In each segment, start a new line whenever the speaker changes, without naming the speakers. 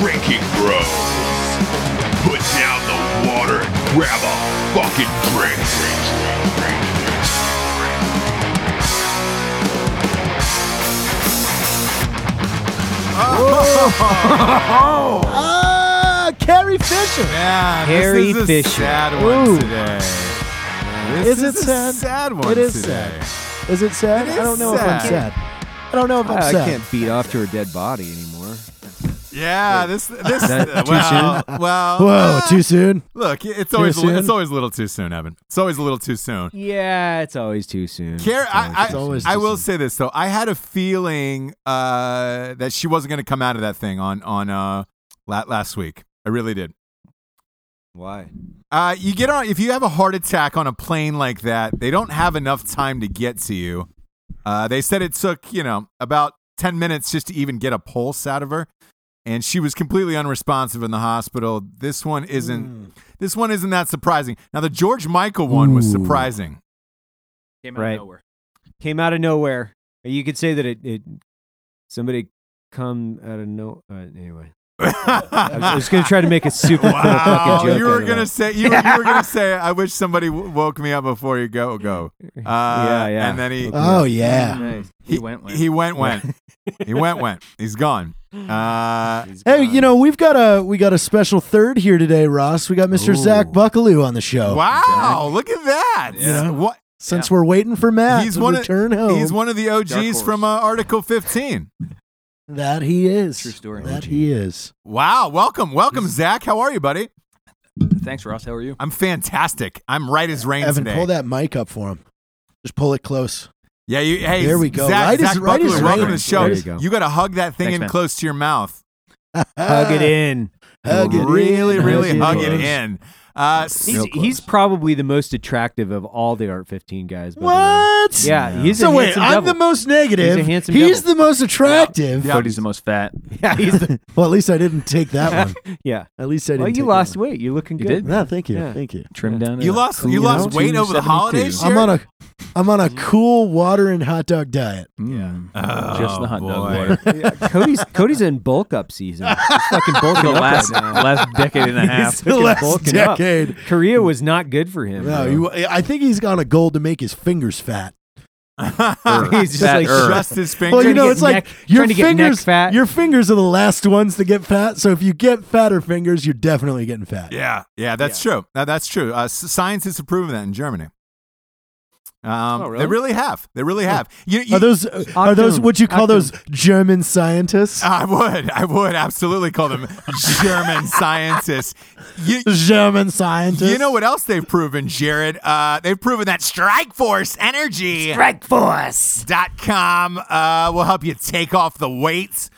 Drinking Bros. Put down the water and grab a fucking drink.
Ah, Carrie Fisher.
Yeah,
Harry
this is a
Fisher.
sad one
Ooh.
today. This is,
Is it
a
sad?
sad one
It is
today.
Is it sad?
It is
I don't know if I'm
sad.
sad. I don't know if I'm
I, I
sad.
can't beat off to her dead body anymore.
Yeah, this this
that
uh,
too
well, well
Whoa,
ah,
too soon.
look, it's always
soon?
it's always a little too soon, Evan. It's always a little too soon.
Yeah, it's always too soon.
Care, I,
It's
I,
always
I will
decent.
say this though. I had a feeling uh, that she wasn't going to come out of that thing on on uh, la- last week. I really did.
Why?
Uh, you get on if you have a heart attack on a plane like that. They don't have enough time to get to you. Uh, they said it took you know about ten minutes just to even get a pulse out of her, and she was completely unresponsive in the hospital. This one isn't.
Mm.
This one isn't that surprising. Now the George Michael one was
Ooh.
surprising.
Came out of nowhere. Came out of nowhere. You could say that it, it somebody come out of no. Uh, anyway, I was, I was gonna try to make a super cool
Wow,
fucking joke.
you
out
were
of
gonna
that.
say you, were- you were gonna say I wish somebody w- woke me up before you go go. Uh,
yeah, yeah.
And then he
Oh yeah.
Nice. He, went with.
he went went he went went he's gone. Uh,
He's
Hey,
gone.
you know we've got a we got a special third here today, Ross. We got Mr. Zach Buckaloo on the show.
wow, look at that!
Yeah.
What
Since we're waiting for Matt
He's
to
one of-
return home,
he's one of the
Dark
OGs
horse.
from uh, Article 15.
that he is.
True story.
That he is.
Wow, welcome, welcome, Zach. How are you, buddy?
Thanks, Ross. How are you?
I'm fantastic. I'm right as rain
Evan,
today.
pull that mic up for him. Just pull it close.
Yeah, you, hey,
There we go.
Zach,
Right
Zach
as- right
Buckley,
as
welcome
rain.
to the show.
There
You,
you
got
go.
to hug that thing
Thanks,
in
man.
close to your mouth.
hug it in.
Hug it
really,
in.
really
Hug
hug
it
it
in.
in. Uh,
He's, he's probably the most attractive of all the Art 15 guys. By the way.
Ah, What?
Yeah, he's
so
a
wait,
handsome
I'm
devil.
the most negative.
He's a handsome devil.
the most attractive.
Yeah.
Cody's the most fat.
yeah, he's the,
Well, at least I didn't take that one.
yeah.
At least I didn't.
Well, you
take
lost
That
weight. You're looking
You
good.
did?
one. No, thank you.
Yeah.
Thank you.
Trimmed down.
You lost- you lost weight over the holidays?
I'm
Sure.
on a, I'm on a
Mm-hmm.
cool water and hot dog diet.
Oh,
Mm. Just the hot
boy.
dog water.
Yeah, Cody's Cody's in bulk up season. He's fucking bulking
the
up
last
right now.
last decade and a
He's
half.
fucking bulking up.
decade.
Korea was not good for him.
No,
bro.
you, I think he's on a goal to make his fingers fat.
he's just
Fat
like
Earth.
Just his finger.
Well, you
Trying to
know,
get
it's like
neck-
your
trying to get neck
fingers,
fat.
your fingers are the last ones to get fat. So if you get fatter fingers, you're definitely getting fat.
yeah, yeah, that's true. Now, that's true. Uh, s- science has proven that in Germany. Um,
Oh, really?
They really have. They really have. You, you,
Are those uh, are those what you call those German scientists?
I would. I would absolutely call them German scientists. You,
German scientists.
you know what else they've proven, Jared? Uh, they've proven that Strike Force Energy. strikeforce.com uh, will help you take off the weight.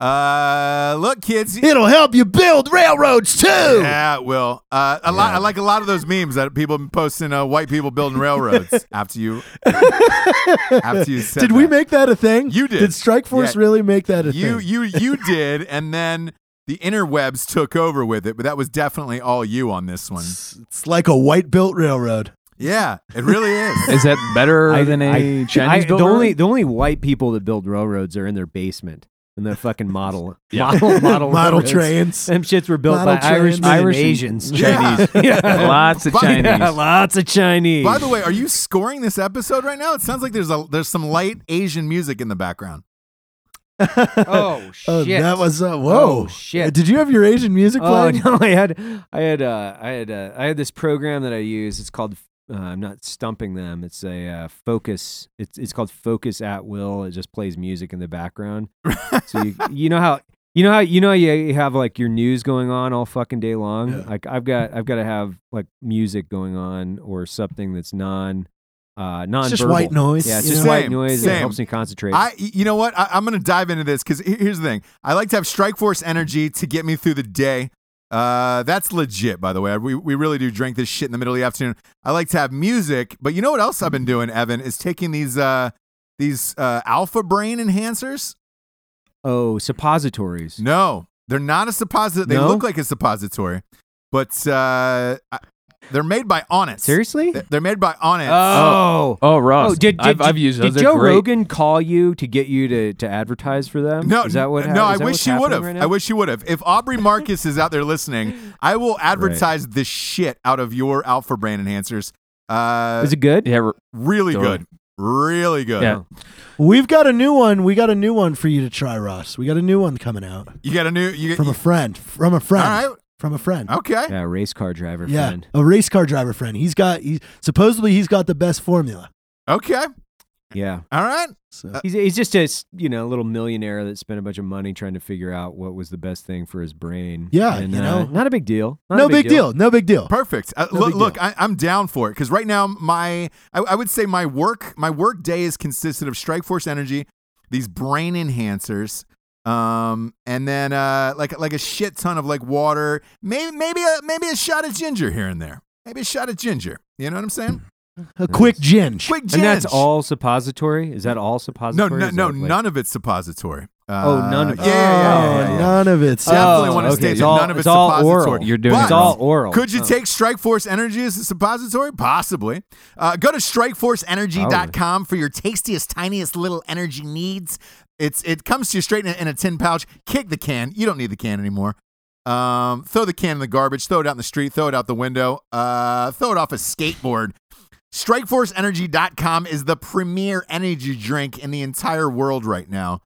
Uh, look, kids.
It'll help you build railroads too.
Yeah, it will. Uh, a lot. I like a lot of those memes that people been posting. Uh, white people building railroads after you. after you said
Did we
that.
make that a thing?
You did.
Did Strike Force
Yeah.
really make that a
you?
thing?
You you did, and then the interwebs took over with it. But that was definitely all you on this one.
It's, it's like a white built railroad.
Yeah, it really is.
Is that better than a
I-
Chinese
I-
built
the only
railroad?
the only white people that build railroads are in their basement and they're fucking model model
Oh,
model
Model
railroads.
trains.
Them shits were built
Model
by Irish,
trains.
Irish
and
Asians,
Chinese.
Yeah.
Lots of
But-
Chinese.
Yeah, lots of Chinese.
By the way, are you scoring this episode right now? It sounds like there's a there's some light Asian music in the background.
oh shit!
Oh, that was uh, whoa!
Oh, shit.
Did you have your Asian music
Oh
playing?
no, I had, I had, uh, I had, uh, I had this program that I use. It's called. Uh, I'm not stumping them. It's a uh, focus. It's it's called Focus at Will. It just plays music in the background. so you you know how you know how you know how you have like your news going on all fucking day long.
Yeah.
Like I've got I've got to have like music going on or something that's non uh non
It's just white noise.
Yeah, it's
you
just
know?
white
Same,
noise.
same.
It helps me concentrate.
I, you know what? I, I'm going to dive into this because here's the thing. I like to have Strike Force energy to get me through the day. Uh, that's legit, by the way. We, we really do drink this shit in the middle of the afternoon. I like to have music, but you know what else I've been doing, Evan, is taking these uh these uh alpha brain enhancers.
oh, suppositories.
No, they're not a suppository. They
No?
look like a suppository, but uh, I, They're made by Honest.
Seriously?
They- They're made by Honest.
Oh.
Oh, Ross.
Oh, did, did,
I've, I've used
did
those. They're
Joe
great.
Rogan call you to get you to, to advertise for them?
no,
is that what?
No, I
is that
wish
what's
she would
happening
have.
right
I
now?
wish she would have. If Aubrey Marcus is out there listening, I will advertise the shit out of your alpha brain enhancers. Uh,
Is it good?
Yeah, r-
really
Totally.
good, really good.
yeah.
We've got a new one. We got a new one for you to try, Ross. We got a new one coming out
You got a new. You,
from a
you,
friend. From a
all
friend.
right.
From a friend.
Okay.
Yeah, race car driver
yeah,
friend.
a race car driver friend. He's got. He, supposedly, he's got the best formula.
Okay.
Yeah,
All right.
So
he's he's just a s- you know little millionaire that spent a bunch of money trying to figure out what was the best thing for his brain.
Yeah,
and,
you know.
uh, not a big deal. Not
no
a
big deal. No big deal.
Perfect. Uh,
No
look,
big
look
deal.
I, I'm down for it because right now my I, I would say my work my work day is consisted of Strike Force Energy, these brain enhancers, um, and then uh, like like a shit ton of like water, maybe maybe a maybe a shot of ginger here and there, maybe a shot of ginger. You know what I'm saying?
A quick ginge.
Quick ginger.
Hmm. And that's all suppository. Is that all
No,
suppository?
no,
Is
no,
that, like-
none of it's suppository. Uh,
Oh, none of
yeah,
it.
yeah, yeah, yeah,
Oh,
yeah, Uh, yeah.
None of it's.
Definitely
Oh,
want to
okay.
state
It's
that
all-
none of
it's
it's,
all
suppository.
oral.
You're doing
But-
It's all oral.
Could you
Oh.
take Strike Force Energy as a suppository? Possibly. Uh, go to strikeforceenergy.com for your tastiest, tiniest little energy needs. It's It comes to you straight in a, in a tin pouch. Kick the can. You don't need the can anymore. Um, throw the can in the garbage. Throw it out in the street. Throw it out the window. Uh, throw it off a skateboard. StrikeforceEnergy.com is the premier energy drink in the entire world right now.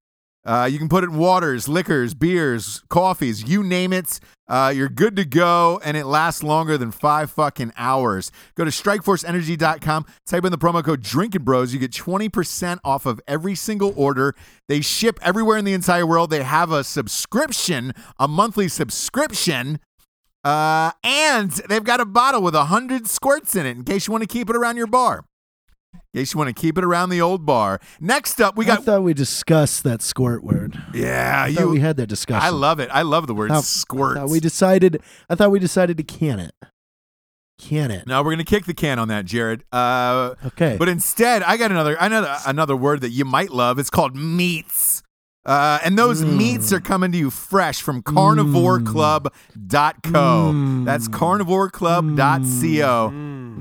Uh, you can put it in waters, liquors, beers, coffees, you name it. Uh, you're good to go, and it lasts longer than five fucking hours. Go to strikeforceenergy.com, type in the promo code Drinking Bros. You get 20% off of every single order. They ship everywhere in the entire world. They have a subscription, a monthly subscription. Uh, and they've got a bottle with a 100 squirts in it in case you want to keep it around your bar. In case you want to keep it around the old bar. Next up, we
I
got.
thought we discussed that squirt word.
Yeah,
I thought we
you.
had that discussion.
I love it. I love the word
Thought-
squirt.
I thought we decided. I thought we decided to can it. Can it?
No, we're gonna kick the can on that, Jared. Uh,
Okay.
but instead, I got another another another word that you might love. It's called meats. Uh, and those
Mm.
meats are coming to you fresh from carnivoreclub.co.
Mm.
That's carnivoreclub.co.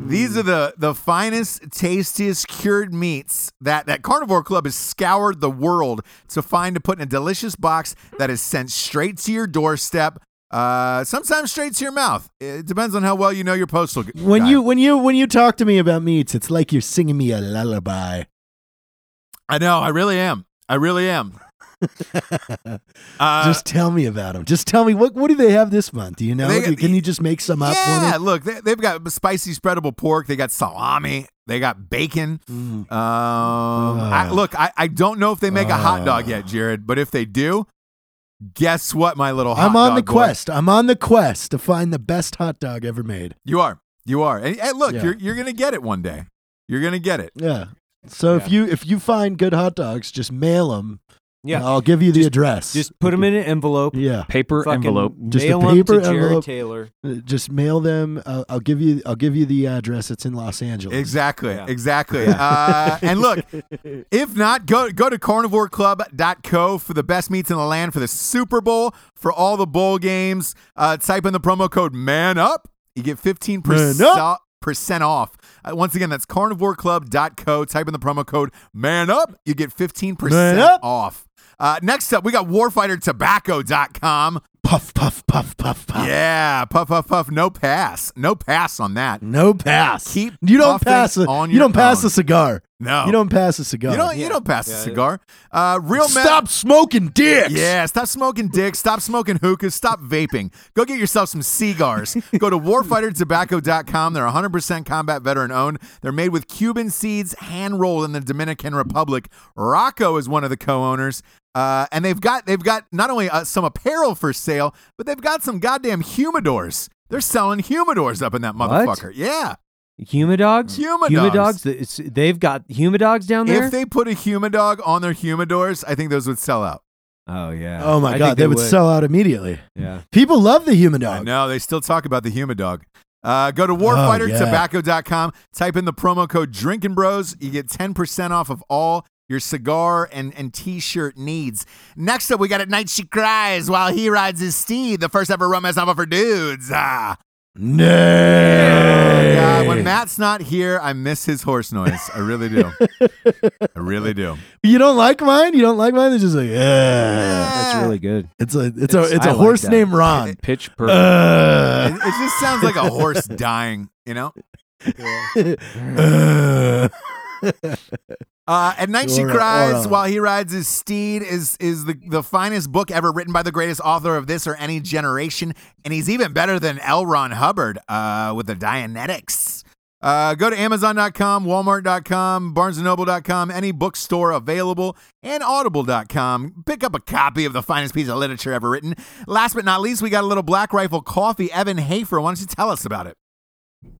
These are the the finest, tastiest cured meats that that Carnivore Club has scoured the world to find to put in a delicious box that is sent straight to your doorstep. Uh, sometimes straight to your mouth. It depends on how well you know your postal. gu-
when
guy.
you when you when you talk to me about meats, it's like you're singing me a lullaby.
I know, I really am. I really am. Uh,
just tell me about them. Just tell me what what do they have this month? Do you know?
They-
Do- Can you just make some up
yeah,
for me?
look, they, they've got spicy spreadable pork. They got salami. They got bacon. Um,
Mm.
I,
Ugh.
look, I, I don't know if they make a hot dog
Ugh.
yet, Jared. But if they do, guess what, my little Oh, hot
I'm on
dog boy?
the quest. I'm on the quest to find the best hot dog ever made.
You are, you are, and, and look,
Yeah.
you're you're gonna get it one day. You're gonna get it.
Yeah. So if you if you find good hot dogs, just mail them.
Yeah.
Oh.
I'll give you the
Just-
address.
Just put them in an envelope.
yeah.
Paper
fucking
envelope.
Just a
mail 'em
paper
to Jared
envelope.
Taylor.
Uh, Just mail them. Uh, I'll give you I'll give you the address. It's in Los Angeles.
Exactly,
Yeah.
exactly. Uh, and look, if not, go go to carnivoreclub.co for the best meats in the land for the Super Bowl, for all the bowl games. Uh, type in the promo code MAN UP. You get 15%
Man
percent off. Uh, once again, that's carnivoreclub.co. Type in the promo code MAN UP. You get 15%
Man up.
off. Uh, next up, we got warfightertobacco.com.
Puff puff puff puff puff.
Yeah, puff, puff, puff. No pass. No pass on that.
No pass.
Keep
you don't
puffing
pass a
on
you
your
don't pass
own.
a cigar.
No.
You don't pass a cigar.
You don't. You
Oh, Yeah.
don't pass the
Yeah,
cigar. Uh, real men.
Stop smoking dicks.
Yeah, stop smoking dicks. Stop smoking hookahs. Stop vaping. Go get yourself some cigars. Go to warfightertobacco.com. They're 100% combat veteran owned. They're made with Cuban seeds, hand rolled in the Dominican Republic. Rocco is one of the co-owners. Uh, and they've got they've got not only uh, some apparel for sale, but they've got some goddamn humidors. They're selling humidors up in that
What?
motherfucker. Yeah.
Humidogs?
Humidogs.
Humidogs. th- It's, they've got humidogs down there?
If they put a humidog on their humidors, I think those would sell out.
oh, yeah.
Oh my
I
god,
think
they, would, sell out immediately.
Yeah.
People love the human
I
dog.
know they still talk about the humidog. Uh, go to warfightertobacco.com, type in the promo code Drinking Bros. You get 10% off of all your cigar and, and t shirt needs. Next up, we got At Night She Cries While He Rides His Steed, the first ever romance novel for dudes. Ah.
No.
God, when Matt's not here, I miss his horse noise. I really do. I really do.
You don't like mine? You don't like mine? They're just like, yeah.
That's really good.
It's a it's, a
It's-
it's
I
a
like
horse
that.
named Ron.
Pitch perfect.
It,
Uh,
it just sounds like a horse dying, you know?
uh.
Uh, at night she
Or- or,
cries
uh,
while he rides his steed is is the, the finest book ever written by the greatest author of this or any generation, and he's even better than L. Ron Hubbard uh, with the Dianetics. Uh, go to Amazon.com, Walmart.com, BarnesandNoble.com, any bookstore available, and Audible.com. Pick up a copy of the finest piece of literature ever written. Last but not least, we got a little Black Rifle coffee. Evan Hafer, why don't you tell us about it?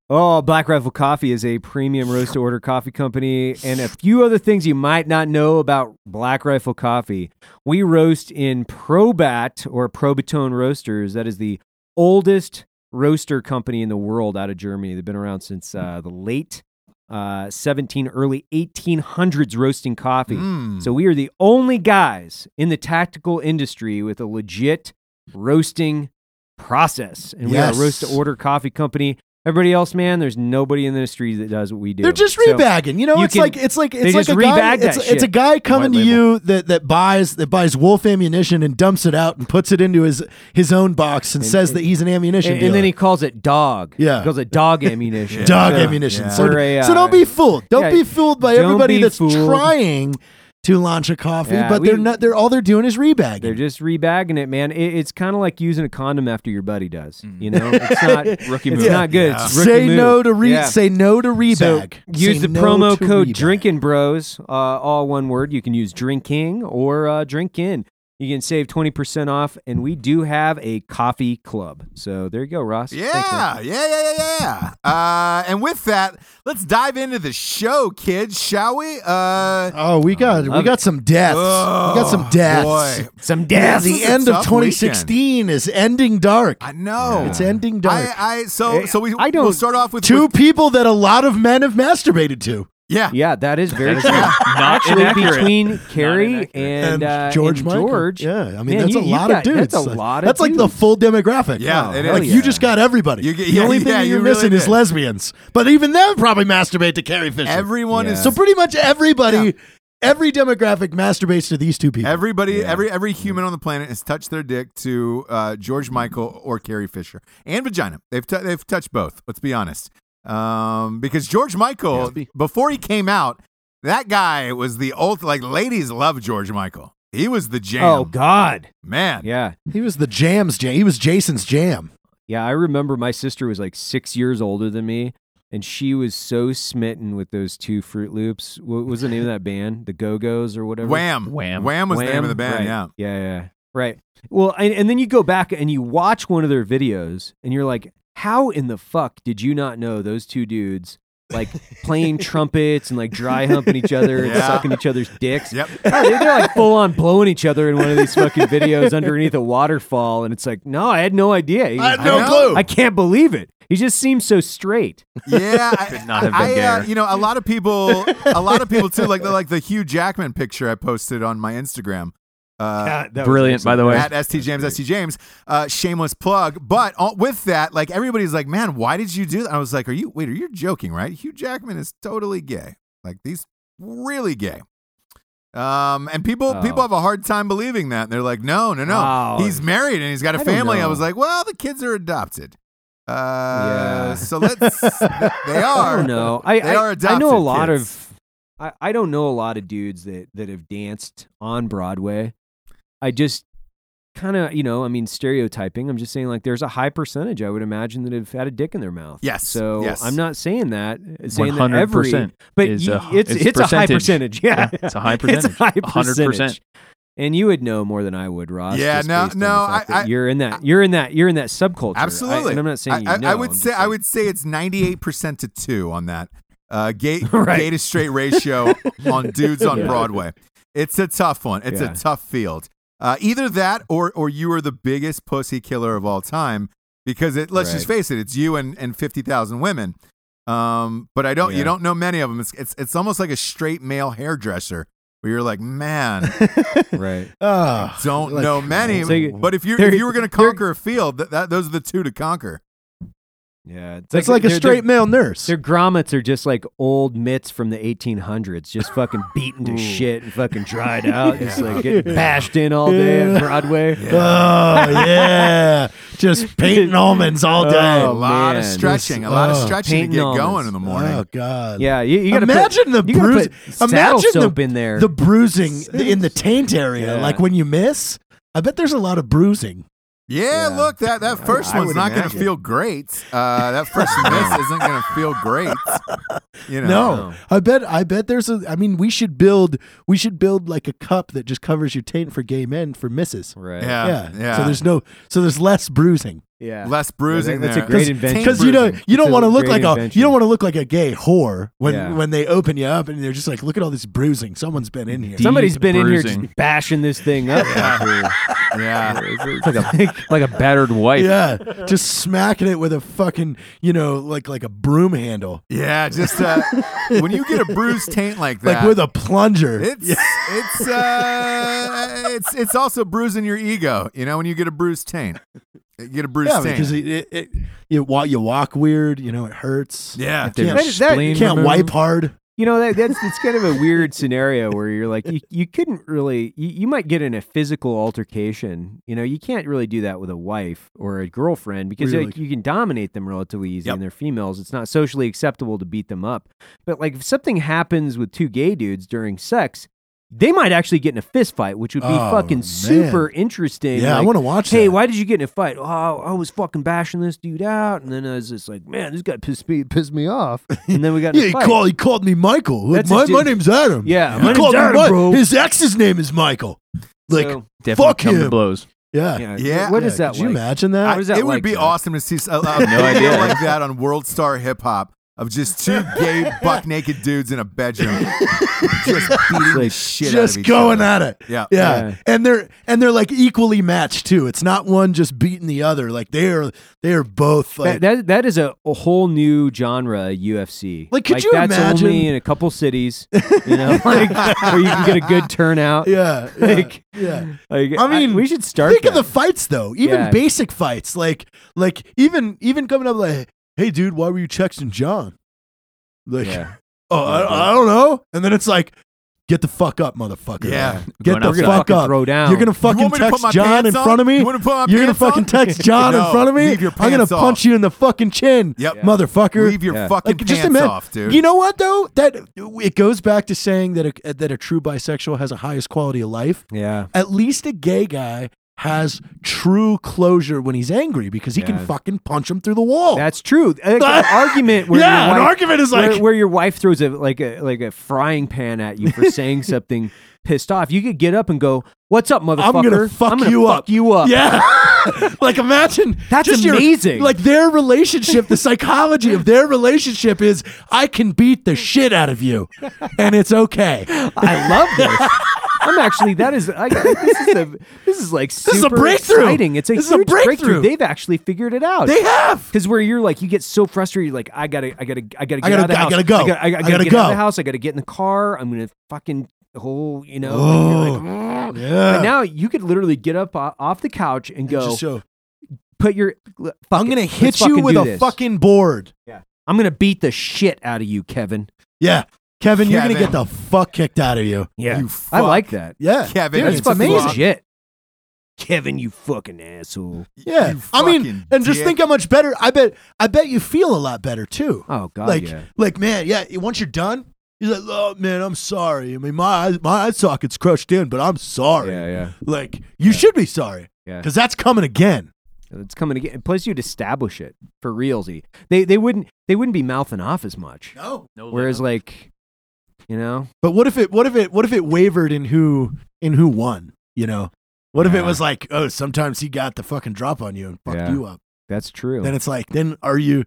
Oh, Black Rifle Coffee is a premium roast to order coffee company. And a few other things you might not know about Black Rifle Coffee. We roast in Probat or Probatone Roasters. That is the oldest roaster company in the world out of Germany. They've been around since uh, the late uh, 17, early 1800s roasting coffee.
Mm.
Hmm.
So we are the only guys in the tactical industry with a legit roasting process.
Yes.
And we are a roast to order coffee company. Everybody else, man, there's nobody in the industry that does what we do.
They're just
So-
rebagging. You know,
you
it's
can-
like it's like
they
it's like
just
a guy.
rebag that
It's, it's a
shit.
guy coming to
White
you that that buys that buys Wolf ammunition and dumps it out and puts it into his his own box and, says that he's an ammunition
and, and then
dealer.
he calls it dog.
Yeah.
He calls it dog ammunition.
dog
So-
ammunition.
Yeah.
So,
Or a,
so don't
uh,
be fooled. Don't
yeah,
be fooled by
don't
everybody
be
that's
fooled.
trying to launch a coffee,
Yeah,
but
we-
they're not. They're all they're doing is rebagging.
They're just rebagging it, man. It, it's kind of like using a condom after your buddy does. You know, it's not
Rookie
it's
move.
not good.
Yeah.
It's rookie
Mm-hmm. say
move.
no to re.
Yeah.
Say no to rebag.
So
Say
use the
no
promo
to
code
rebag.
Drinking Bros, uh, all one word. You can use Drinking or uh, Drink In. You can save twenty percent off, and we do have a coffee club. So there you go, Ross. Thanks, man.
Yeah, yeah, yeah, yeah, yeah. Uh, and with that, let's dive into the show, kids, shall we? Uh,
Oh, we got we
love
got some deaths. we got some
oh,
deaths.
boy.
some
Yeah,
This
the
is a
end
tough
of 2016 is ending dark.
I know.
It's ending dark. Eh,
I, I so so we
I don't-
we'll start off with
Two
with-
people that a lot of men have masturbated to.
yeah.
Yeah, that is very
That is
true.
not
Actually,
inaccurate.
between
inaccurate.
Carrie and, uh,
George
and
Michael.
George,
Yeah, I mean
man,
that's
you-
a
you
lot of
got-
dudes.
That's a lot of
That's like the
dudes.
full demographic.
Yeah,
Wow.
it is.
Hell
Like
yeah.
you just got everybody.
You get-
the
yeah,
only thing
yeah,
that
you
you're
really
missing is
did.
lesbians. But even them probably masturbate to Carrie Fisher.
Everyone
Yeah.
is
so pretty much everybody,
Yeah.
every demographic masturbates to these two people.
everybody
Yeah.
every every human on the planet has touched their dick to uh, George Michael or Carrie Fisher and vagina. They've t- they've touched both. Let's be honest. Um, because George Michael before he came out, that guy was the old like ladies love George Michael. He was the jam.
Oh God,
man.
yeah,
he was the jam's jam. He was Jason's jam.
yeah. I remember my sister was like six years older than me, and she was so smitten with those two Fruit Loops. What was the name of that band? The Go Go's or whatever.
Wham.
Wham.
Wham was the name
Wham,
of the band,
right.
yeah.
Yeah, yeah. Right. Well, and, and then you go back and you watch one of their videos and you're like, how in the fuck did you not know those two dudes like playing trumpets and like dry humping each other and
Yeah.
sucking each other's dicks?
Yep.
Oh, dude, they're like full on blowing each other in one of these fucking videos underneath a waterfall. And it's like, no, I had no idea. He
I had
was-
no
know.
clue.
I can't believe it. He just seems so straight.
Yeah, I,
Could not have
I-
been
I, uh,
gayer.
you know, a lot of people, a lot of people too, like the, like the Hugh Jackman picture I posted on my Instagram. Uh,
Brilliant, by the way.
at St James, St James, uh, shameless plug. But uh, with that, like everybody's like, man, why did you do that? I was like, are you wait, are you joking? Right? Hugh Jackman is totally gay. Like these really gay. Um, and people
Oh.
people have a hard time believing that. They're like, no, no, no,
Wow.
he's married and he's got a
I don't
family. I
know.
was like, well, the kids are adopted. Uh,
Yeah.
so let's. they
I
are.
don't know. I,
They are
I, I know a
adopted
lot
kids.
of. I, I don't know a lot of dudes that that have danced on Broadway. I just kind of you know I mean stereotyping. I'm just saying like there's a high percentage I would imagine that have had a dick in their mouth.
Yes,
So
yes.
I'm not saying that saying that every
100%
but
is
y-
a-
it's
it's
it's, a high
percentage.
percentage. Yeah.
Yeah, it's a high
It's a high
percentage. 100%.
percentage. And you would know more than I would, Ross.
Yeah,
just
no-
based on
no,
the fact
I-
that
I-
you're in that. You're in that. You're in that subculture. I-
Absolutely.
and I'm not saying
I,
you
I- I
know,
would
I'm
say
just
I
like-
would say it's ninety eight percent to two on that uh, gay
Right.
gay to straight ratio on dudes on
Yeah.
Broadway. It's a tough one. It's
Yeah.
a tough field. Uh, either that or or you are the biggest pussy killer of all time because it. Let's just
Right.
face it. It's you and and fifty thousand women. Um, but I don't. You
Yeah.
don't know many of them. It's it's it's almost like a straight male hairdresser where you're like, man,
right.
Ah,
don't
like-
know many.
So you-
but if you
there-
if you were going to
there-
conquer a field, that, that those are the two to conquer.
Yeah, it's
That's like, a
they're-
straight
Their,
male nurse.
their grommets are just like old mitts from the 1800s, just fucking beaten to shit and fucking dried out, just like getting bashed in all day
Yeah.
at Broadway.
Oh yeah, just painting almonds all day.
a
Oh,
lot of
man.
stretching, a lot of
Oh.
stretching to get
Painting
going
almonds.
in the morning.
Oh god.
Yeah, you, you gotta put-
imagine the
you gotta
bruise.
put saddle
Imagine
soap
the,
in there.
the bruising in the taint area,
Yeah.
like when you miss. I bet there's a lot of bruising.
Yeah,
Yeah.
look that that first
I
one's
would
not going to
imagine.
feel great. Uh, that first miss isn't going to feel great. You know,
No, I bet. I bet there's a. I mean, we should build. We should build like a cup that just covers your taint for gay men for misses.
right.
Yeah, yeah.
Yeah. So there's no. So there's less bruising.
yeah.
less bruising.
that's a
there.
great invention.
Because you know
bruising.
you don't
a
want to look like
great
a you
invention.
don't want to look like a gay whore when
Yeah.
when they open you up and they're just like look at all this bruising someone's been in here
Somebody's been in here
bruising.
just bashing this thing up.
yeah,
It's like a like a battered wife.
yeah just smacking it with a fucking you know like like a broom handle
yeah. Just uh, when you get a bruised taint like that,
like with a plunger
it's it's uh, it's it's also bruising your ego. You know, when you get a bruised taint, you get a bruised
yeah
taint.
because it, it, it you walk you walk weird you know it hurts
yeah,
Did
Yeah.
her
That-
that-
spleen
you can't
removed?
wipe hard
You know that that's it's kind of a weird scenario where you're like you, you couldn't really you, you might get in a physical altercation. You know you can't really do that with a wife or a girlfriend because
Really.
like, you can dominate them relatively easy
Yep.
and they're females. It's not socially acceptable to beat them up. But like if something happens with two gay dudes during sex, they might actually get in a fist fight, which would be
Oh,
fucking
man.
super interesting.
yeah I
Like,
want to watch
Hey,
that.
why did you get in a fight? Oh, I was fucking bashing this dude out, and then I was just like, man, this guy pissed me pissed me off. And then we got in
yeah
a
he
fight.
called he called me Michael Like,
That's a
my, my
dude-
name's Adam
Yeah,
he
my name's
called me
Adam,
Mi-
bro.
his ex's name is Michael like
So,
Definitely
Fuck
come
him.
to blows.
yeah
yeah,
Yeah.
what is
Yeah,
that
could you
like?
imagine that
I-
What is that
it would
like,
be
Jack?
awesome to see s- a, a
No
video
idea.
like that on World Star Hip Hop of just two gay buck naked dudes in a bedroom, just beating the shit out of
just
each
going
other.
at it.
Yeah.
yeah,
Yeah.
and they're and they're like equally matched too. It's not one just beating the other. Like they are they are both like
That, that that is a, a whole new genre UFC.
Like, could you
that's
imagine-
only in a couple cities, you know, like where you can get a good turnout.
yeah, yeah,
Like,
yeah.
like,
I mean,
we should start.
Think of the
that.
fights though. Even
Yeah.
basic fights, like like even even coming up like, hey dude, why were you texting John? Like,
Yeah.
oh, I, I don't know. And then it's like, get the fuck up, motherfucker.
Yeah.
Get
Going
the
outside.
fuck
fucking
up.
throw down.
You're gonna
You
fucking
want me to put
text
my
John
pants
in
on?
front of me.
You want to put my
You're gonna
pants
fucking
on?
text John
No,
in front of me.
leave your
I'm gonna
pants off.
punch you in the fucking chin,
Yep.
motherfucker.
Leave your
Yeah.
fucking
Like,
pants
just imagine-
off, dude.
You know what though? That it goes back to saying that a, that a true bisexual has a highest quality of life.
yeah,
At least a gay guy has true closure when he's angry because he
Yeah.
can fucking punch him through the wall.
that's true. Like, an argument where
yeah,
your
an
wife-
argument is
where,
like
where your wife throws a like a like a frying pan at you for saying something pissed off. You could get up and go, "What's up, motherfucker?
gonna fuck you
fuck
up."
You up.
Yeah. like imagine
That's
just your-
amazing.
like their relationship, the psychology of their relationship is I can beat the shit out of you and it's okay.
I love this. I'm actually that is I, this is a this is like super
is a breakthrough.
exciting. It's a
This is a
huge breakthrough.
breakthrough.
They've actually figured it out.
They have.
because where you're like you get so frustrated, you're like I gotta, I gotta, I gotta get
I gotta-
out of the
I
house.
gotta go.
I gotta, I gotta,
I gotta
get out
go.
of the house. I gotta get in the car. I'm gonna fucking whole, you know. like, you're like,
Oh, yeah.
but now you could literally get up o- off the couch and go
Just show-
put your. fuck
I'm
it.
gonna
Let's
hit you
fucking
with
do
a
this.
fucking board.
I'm gonna beat the shit out of you, Kevin.
Yeah, Kevin, you're gonna
Kevin.
get the fuck kicked out of you.
Yeah,
You
I
fuck.
like that.
Yeah,
Kevin,
dude,
That's
you
it's
fucking
amazing.
fuck.
legit. Kevin, you fucking asshole.
Yeah,
You
I mean,
fucking
and just
dick.
think how much better. I bet, I bet you feel a lot better too.
Oh god,
like,
yeah.
like man, yeah. Once you're done, you're like, oh man, I'm sorry. I mean, my eyes, my eye socket's crushed in, but I'm sorry.
Yeah, yeah.
Like, you should be sorry
Yeah.
because that's coming again.
It's coming again. Plus, you'd establish it for realsy. They they wouldn't they wouldn't be mouthing off as much.
No,
Whereas like, you know,
but what if it? What if it? What if it wavered in who in who won? You know. What if it
Yeah.
was like, oh, sometimes he got the fucking drop on you and fucked
Yeah.
you up?
that's true.
then it's like then are you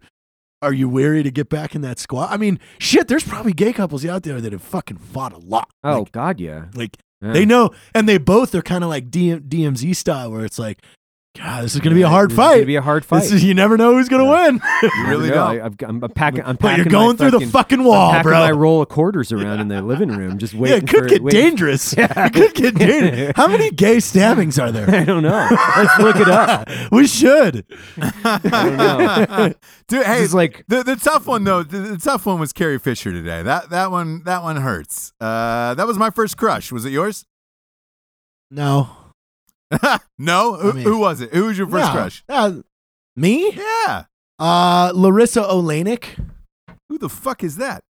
are you weary to get back in that squad i mean shit there's probably gay couples out there that have fucking fought a lot
oh
like,
god, yeah.
like
Yeah.
they know and they both are kind of like DM, dmz style where it's like God, this is going to be a hard
This is gonna
fight.
be a hard fight.
This is, you never know who's going to
Yeah.
win.
You really
I
don't.
know. I, I've, got- I'm, I'm packing. I'm
But
packing
you're
my
going through the
fucking-
fucking
I'm
wall,
packing
bro.
My roll of quarters around in the living room, just
yeah,
waiting.
it could
for,
get
waiting-
dangerous. It could get dangerous. How many gay stabbings are there?
I don't know. Let's look it up.
we should.
Dude, hey,
This is like
the, the tough one though, the, the tough one was Carrie Fisher today. That that one that one hurts. Uh, that was my first crush. Was it yours?
No.
no. Who,
I mean-
who was it? Who was your first
No.
crush?
Uh, me?
Yeah.
Uh, Larissa Olenek.
Who the fuck is that?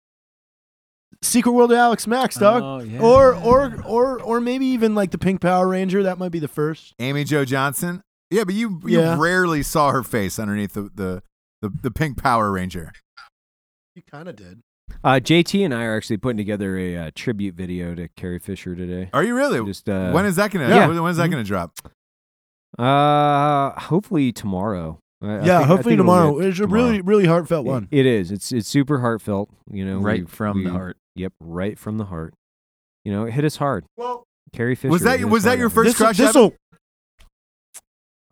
Secret World of Alex Max, dog.
Oh, yeah.
Or or or or maybe even like the Pink Power Ranger. That might be the first.
Amy Jo Johnson. Yeah, but you you
Yeah.
rarely saw her face underneath the the, the, the pink Power Ranger.
You kind of did.
uh, JT and I are actually putting together a uh, tribute video to Carrie Fisher today.
Are you really?
Just uh,
when is that gonna?
yeah.
When is
Mm-hmm.
that gonna drop?
uh, hopefully tomorrow. I- I think-
yeah,
I
hopefully
think it'll
tomorrow.
get
It's a
tomorrow.
really really heartfelt
It-
one.
it is. It's it's super heartfelt. You know,
right
we-
from
we-
the heart.
Yep, right from the heart. You know, it hit us hard.
Well,
Carrie Fisher
Was that-
hit us
was that
hard
your
on us.
first crush
this will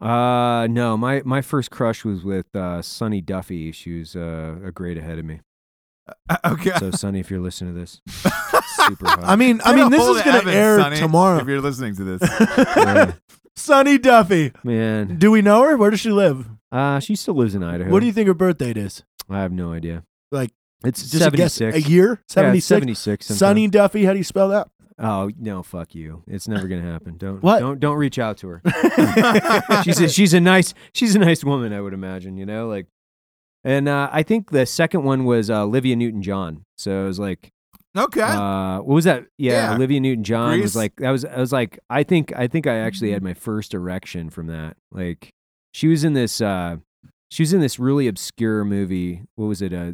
Uh, no, my my first crush was with uh, Sunny Duffy. She was uh, a grade ahead of me.
Uh, okay.
So Sunny, if you're listening to this, super hot.
I mean, I mean,
Get a
this
hold
is
of
gonna
Evan,
air
Sonny, If
tomorrow.
you're listening to this,
Yeah,
Sunny Duffy.
man.
Do we know her? Where does she live?
Uh, she still lives in Idaho.
What do you think her birthday is?
I have no idea.
Like,
it's
Just a
seventy
guess.
six.
A year? Seventy six.
Seventy six.
Sunny Duffy. How do you spell that?
Oh no, fuck you. It's never gonna happen. Don't
What?
don't don't reach out to her. she's a, she's a nice she's a nice woman, I would imagine. You know, like, and uh, I think the second one was uh, Olivia Newton John. So it was like,
okay.
uh, what was that? Yeah,
Yeah.
Olivia Newton John
Grease. Mm-hmm.
was like that was I was like I think I think I actually had my first erection from that. Like, she was in this uh, she was in this really obscure movie. What was it? Uh,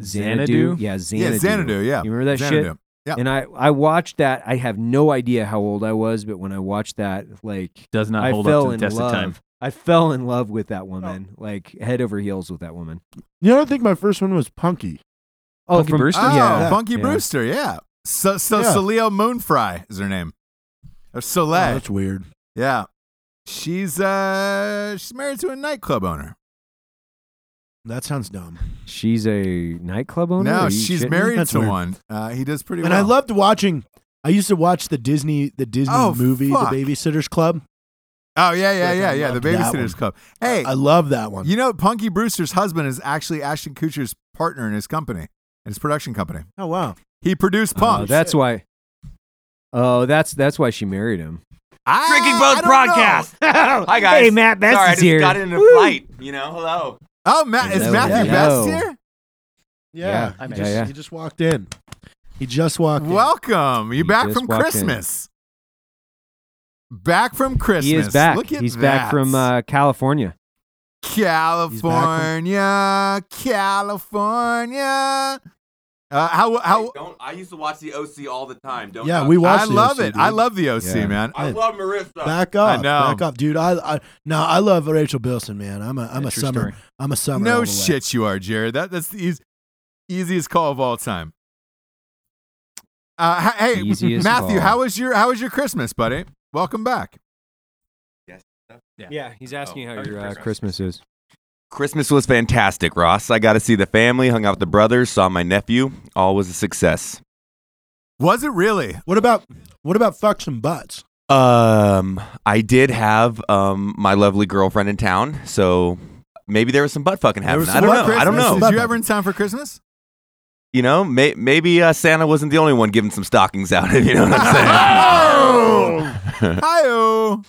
Xanadu?
Yeah, Xanadu.
yeah, Xanadu. Yeah,
You remember that shit?
Xanadu. Yeah.
And I, I watched that. I have no idea how old I was, but when I watched that, like
Does not
I
hold
fell
up to the
in
test
love.
of time.
I fell in love with
Oh.
that woman, like head over heels with that woman.
You know, I think my first one was Punky.
Oh,
Punky Brewster?
Oh,
yeah,
Funky
yeah.
Brewster. Yeah. So, so
Yeah.
Salil Moonfry is her name, or
Oh,
Soleil.
that's weird.
yeah. She's uh she's married to a nightclub owner.
That sounds dumb.
She's a nightclub owner.
no,
Are Oh, you
she's
shitting me?
married
That's
to
weird.
one. Uh, he does pretty
And
well.
I loved watching. I used to watch the Disney the Disney
Oh,
movie,
fuck.
The Babysitters Club.
Oh yeah, yeah,
Like,
yeah,
I
yeah. The
loved that
Babysitters
one.
Club. Hey,
I love that one.
you know Punky Brewster's husband is actually Ashton Kutcher's partner in his company, in his production company.
oh wow,
He produced
Oh,
Punk.
that's why. Oh, that's that's why she married him.
I-
Drinking
I
Buzz
don't
broadcast. Hi guys.
Hey, Matt Best
Sorry, I
is
just
here.
got in a
Woo.
flight. You know, hello.
know. Oh, Matt, is
Hello,
Matthew
hello.
Best here?
Yeah.
I
Yeah,
just,
yeah.
He just walked in. He just walked in.
Welcome. You
He
back
just
from
walked in.
Christmas. Back from Christmas.
He is back.
Look at
He's
that.
back from uh, California.
California, California. Uh, how
I
how
don't I used to watch the OC all the time. Don't
Yeah,
I?
we watched.
I love
the OC,
it. I
dude.
love the OC,
Yeah.
man.
I love Marissa.
Back off,
know.
back off, dude. I, I no, I love Rachel Bilson, man. I'm a, I'm a
True
summer,
story.
I'm a summer. all
No
the way.
shit, you are, Jared. That that's the eas- easiest call of all time. Uh, h- hey,
Easiest
Matthew,
call.
how was your how was your Christmas, buddy? Welcome back.
Yeah, he's asking
Oh,
how
okay,
your uh,
Christmas.
Christmas is.
Christmas was fantastic, Ross. I got to see the family, hung out with the brothers, saw my nephew. All was a success.
Was it really?
What about what about fucks and butts?
Um, I did have um my lovely girlfriend in town, so maybe there was some butt fucking
There was
happening. I
some
don't
butt
know. I don't
Christmas.
know.
Did you ever in town for Christmas?
You know, may- maybe uh, Santa wasn't the only one giving some stockings out. If you know what I'm saying.
Hi-oh.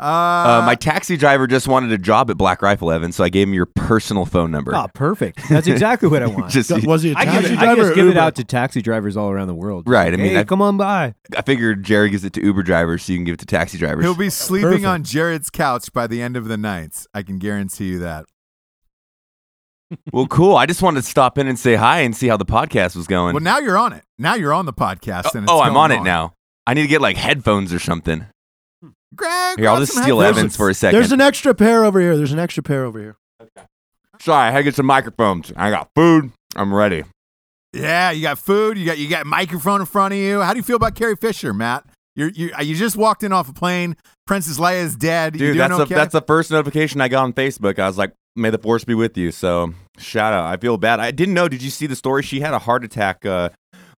Uh,
Uh, my taxi driver just wanted a job at Black Rifle, Evan, so I gave him your personal phone number.
Oh, perfect. That's exactly what I want.
Just-
Was he a
I,
taxi
give it, I
driver?
just
or
give it
Uber?
out to taxi drivers all around the world.
Right, I mean,
Hey,
I-
come on by.
I figured Jerry gives it to Uber drivers, so you can give it to taxi drivers.
He'll be sleeping
Perfect.
on Jared's couch by the end of the night. I can guarantee you that.
well, cool. I just wanted to stop in and say hi and see how the podcast was going.
Well, now you're on it. Now you're on the podcast.
oh,
and it's
oh, I'm
going
on it now. I need to get like headphones or something.
Greg,
Here, I'll
grab
just
some
steal
headphones.
Evan's for a second.
There's an extra pair over here. There's an extra pair over here.
Sorry, I had to get some microphones. I got food. I'm ready.
Yeah, you got food. You got you got a microphone in front of you. How do you feel about Carrie Fisher, Matt? You're, you you just walked in off a plane. Princess Leia is dead. you
Dude,
doing
that's the
okay?
that's the first notification I got on Facebook. I was like, "May the force be with you." So shout out. I feel bad. I didn't know. Did you see the story? She had a heart attack uh,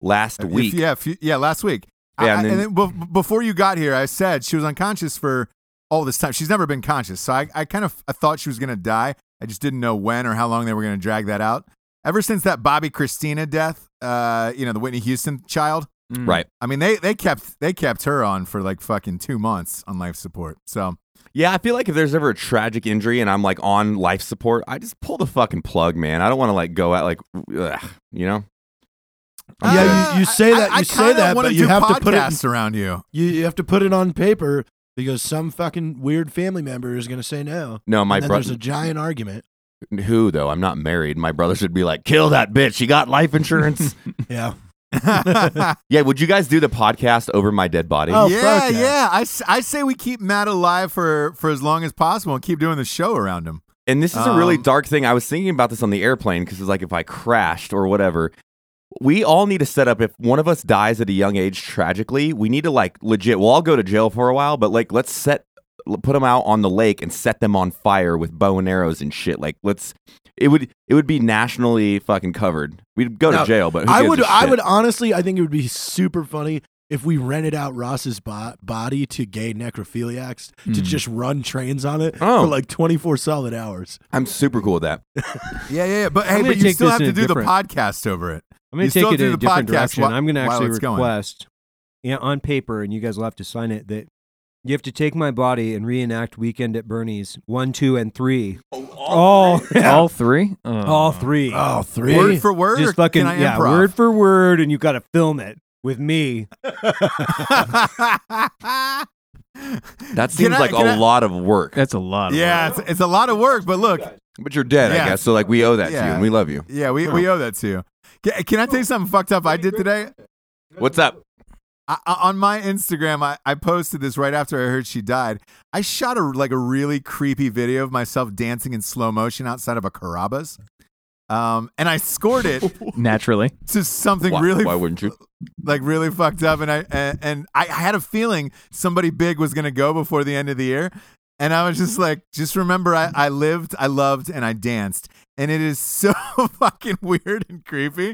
last
If-
week.
yeah, if you- yeah, last week. I-
Yeah,
I-
and
and then,
then-
bef- before you got here, I said she was unconscious for all this time. She's never been conscious, so I, I kind of I thought she was gonna die. I just didn't know when or how long they were gonna drag that out. Ever since that Bobby Christina death, uh, you know, the Whitney Houston child.
Right.
I mean, they they kept they kept her on for like fucking two months on life support. So
Yeah, I feel like if there's ever a tragic injury and I'm like on life support, I just pull the fucking plug, man. I don't want to like go out like, ugh, you know. I'm good.
Yeah, you- you say
I-
that-
Uh, I,
you
I
say
kinda
that,
wanna
but you
do
have to put it in-
podcasts around you.
You, you have to put it on paper because some fucking weird family member is going to say no.
no, my
and then
brother.
there's a giant argument.
who though? I'm not married. My brother should be like, kill that bitch. She got life insurance.
Yeah.
yeah, would you guys do the podcast over my dead body?
Oh,
yeah,
fuck yeah.
yeah. I, s- I say we keep Matt alive for, for as long as possible and keep doing the show around him.
And this is a really
Um,
dark thing. I was thinking about this on the airplane because it's like if I crashed or whatever, we all need to set up. If one of us dies at a young age tragically, we need to like legit. We'll all go to jail for a while, but like let's set l- put them out on the lake and set them on fire with bow and arrows and shit. Like let's. It would it would be nationally fucking covered. We'd go to
No,
jail, but who
I
gives
would
a
I
shit?
would honestly I think it would be super funny if we rented out Ross's bo- body to gay necrophiliacs to
Hmm.
Mm.
just run trains on it
Oh.
for like 24 solid hours.
I'm super cool with that.
Yeah, yeah, yeah. But
I'm
hey,
gonna
but you
take
still
this
have
in
to
a
do the
different-
podcast over it.
I'm going
You
to take
still
it
do
in
the
a different
podcast
direction.
while-
I'm going to
while
actually
it's going.
request, yeah, on paper, and you guys will have to sign it that you have to take my body and reenact Weekend at Bernie's one, two, and three. all,
All three? Oh.
all three.
Oh, three.
Word for word, or
Just fucking
can I
yeah,
improv?
word for word, and you got to film it with me.
Can
That seems
I-
like a
can I-
lot of work.
That's a lot. Of
Yeah, it's, it's a lot of work, but look,
But you're dead,
Yeah.
I guess. So like we owe that to you,
Yeah.
and we love you.
yeah, we, we owe that to you. Can, can I tell you something fucked up I did today?
What's up?
I, I- on my Instagram, I, I posted this right after I heard she died. I shot a like a really creepy video of myself dancing in slow motion outside of a Carabas, um, and I scored it
Naturally.
to something
Why-
really
Why wouldn't you?
like really fucked up and I and, and I had a feeling somebody big was gonna go before the end of the year. And I was just like, just remember I, I lived, I loved, and I danced. And it is so fucking weird and creepy.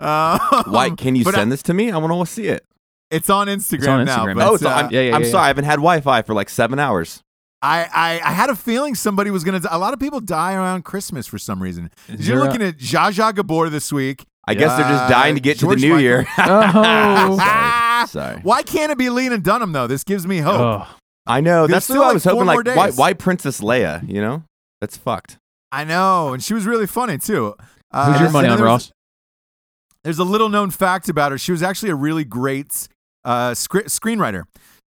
Um,
Why can you
but
send
I,
this to me? I want to see it.
It's on Instagram,
It's on
now.
Instagram.
But,
oh, so
uh,
I'm,
Yeah, yeah,
I'm
yeah,
sorry.
yeah.
I haven't had Wi-Fi for like seven hours.
I, I I had a feeling somebody was gonna. A lot of people die around Christmas for some reason.
Is
You're
there a-
uh,
looking at Zsa Zsa Gabor this week.
I guess they're
Uh,
just dying to get to
George
the new
Michael.
year.
Oh.
Ah!
sorry.
Why can't it be Lena Dunham though? This gives me hope.
Oh.
I know.
There's
That's
still,
who I
like,
was
four
hoping.
more
Like, why,
days.
why Princess Leia? You know, that's fucked.
I know, and she was really funny too. Uh,
Who's your money
and
on,
there was-
Ross?
There's a little known fact about her. She was actually a really great uh, script screenwriter,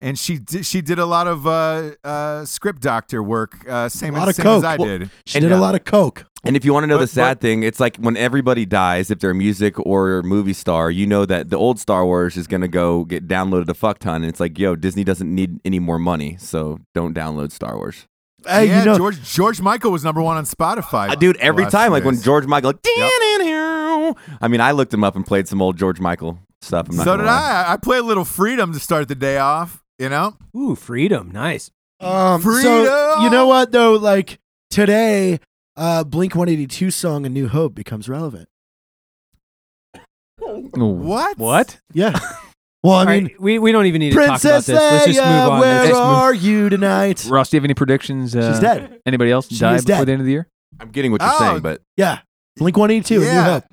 and she di- she did a lot of uh, uh, script doctor work, uh, same,
lot
as,
of
same as
coke.
I
Well-
did.
She
And
did a
yeah.
lot of coke.
And if you want to know the
But-
sad thing, it's like when everybody dies, if they're a music or a movie star, you know that the old Star Wars is going to go get downloaded a fuck ton. And it's like, yo, Disney doesn't need any more money, so don't download Star Wars.
Hey,
yeah,
you know,
George George Michael was number one on Spotify,
Uh, dude, every
last
time,
few
like when
days.
George Michael, like, I mean, I looked him up and played some old George Michael stuff. I'm not
So
gonna
did
lie.
I. I play a little freedom to start the day off. You know,
Ooh, freedom, nice.
Um, so
Freedom!
you know what though? Like today, uh, Blink One Eighty Two song "A New Hope" becomes relevant.
What?
What?
Yeah. well, I
All right,
mean,
we, we don't even need to
Princess
talk about this. Let's just move
Leia,
on. Let's
where
just move-
are you tonight?
Ross, do you have any predictions? Uh,
She's dead.
Anybody else
She
die
is
before
dead.
the end of the year?
I'm getting what you're
Oh,
saying, but
Yeah, Blink One Eighty Two.
Yeah.
New Hope.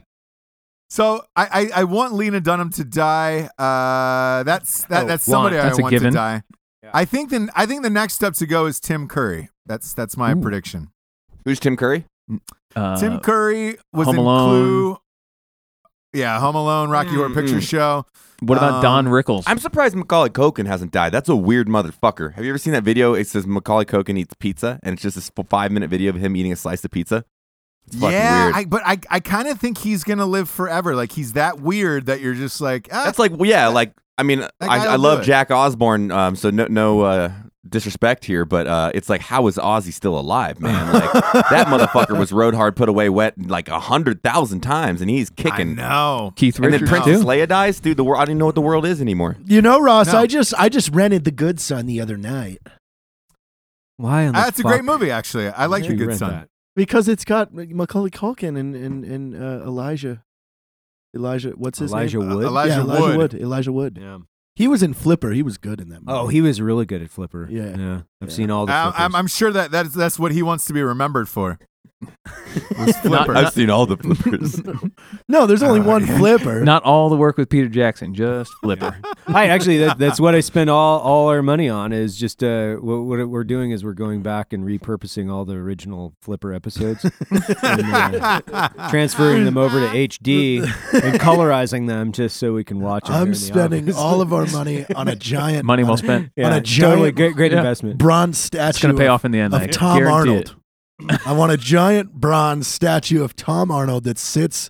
So I, I, I want Lena Dunham to die. Uh, that's that,
Oh,
that's somebody
want. That's
I
a
want to
given.
die. I think then I think the next step to go is Tim Curry. That's that's my
Ooh.
prediction.
who's Tim Curry?
Uh,
Tim Curry was
Home
in
Alone.
Clue. Yeah, Home Alone, Rocky Horror Picture
Mm-mm.
Show.
What about Don
Um,
Rickles?
I'm surprised Macaulay Culkin hasn't died. That's a weird motherfucker. Have you ever seen that video? It says Macaulay Culkin eats pizza, and it's just this five minute video of him eating a slice of pizza. It's fucking
yeah,
weird.
I, but I I kind of think he's gonna live forever. Like he's that weird that you're just like ah,
That's like, well, yeah, like I mean, I,
guy
I
will do
love
it.
Jack Osborne, um, so no, no, uh, disrespect here, but uh, it's like, how is Ozzy still alive, man? Like that motherfucker was road hard, put away wet like a hundred thousand times, and he's kicking.
No.
Keith
And then
Richards
Princess
too.
Leia dies, dude. The world, I don't even know what the world is anymore.
You know, Ross,
No.
I just I just rented The Good Son the other night
Why on the
That's a great
fuck
movie, actually. I like
did
The
you
Good
rent
Son.
that?
because it's got Macaulay Culkin and and and uh, Elijah, Elijah. What's his
Elijah
name?
Uh,
Wood.
Elijah
yeah, Elijah
Wood.
Wood. Elijah Wood.
Yeah.
He was in Flipper. He was good in that. Movie.
Oh, he was really good at Flipper.
Yeah. Yeah.
I've seen all the.
I-
Flippers.
I'm, I'm sure that that's, that's what he wants to be remembered for. Was Flipper.
I've seen all the flippers.
no, there's only one Flipper.
Not all the work with Peter Jackson, just Flipper.
Hi, actually, that, that's what I spend all, all our money on. Is just uh, what, what we're doing is we're going back and repurposing all the original Flipper episodes, and, uh, transferring them over to HD and colorizing them just so we can watch. 'em here in
I'm
the
spending
office.
all of our money on a giant
Money
on
well
a-
spent.
yeah,
on a
totally
giant
great, great
Yeah.
investment.
bronze statue.
It's going to pay
of-
off in the end.
of
I
Tom
guarantee
Arnold.
it.
I want a giant bronze statue of Tom Arnold that sits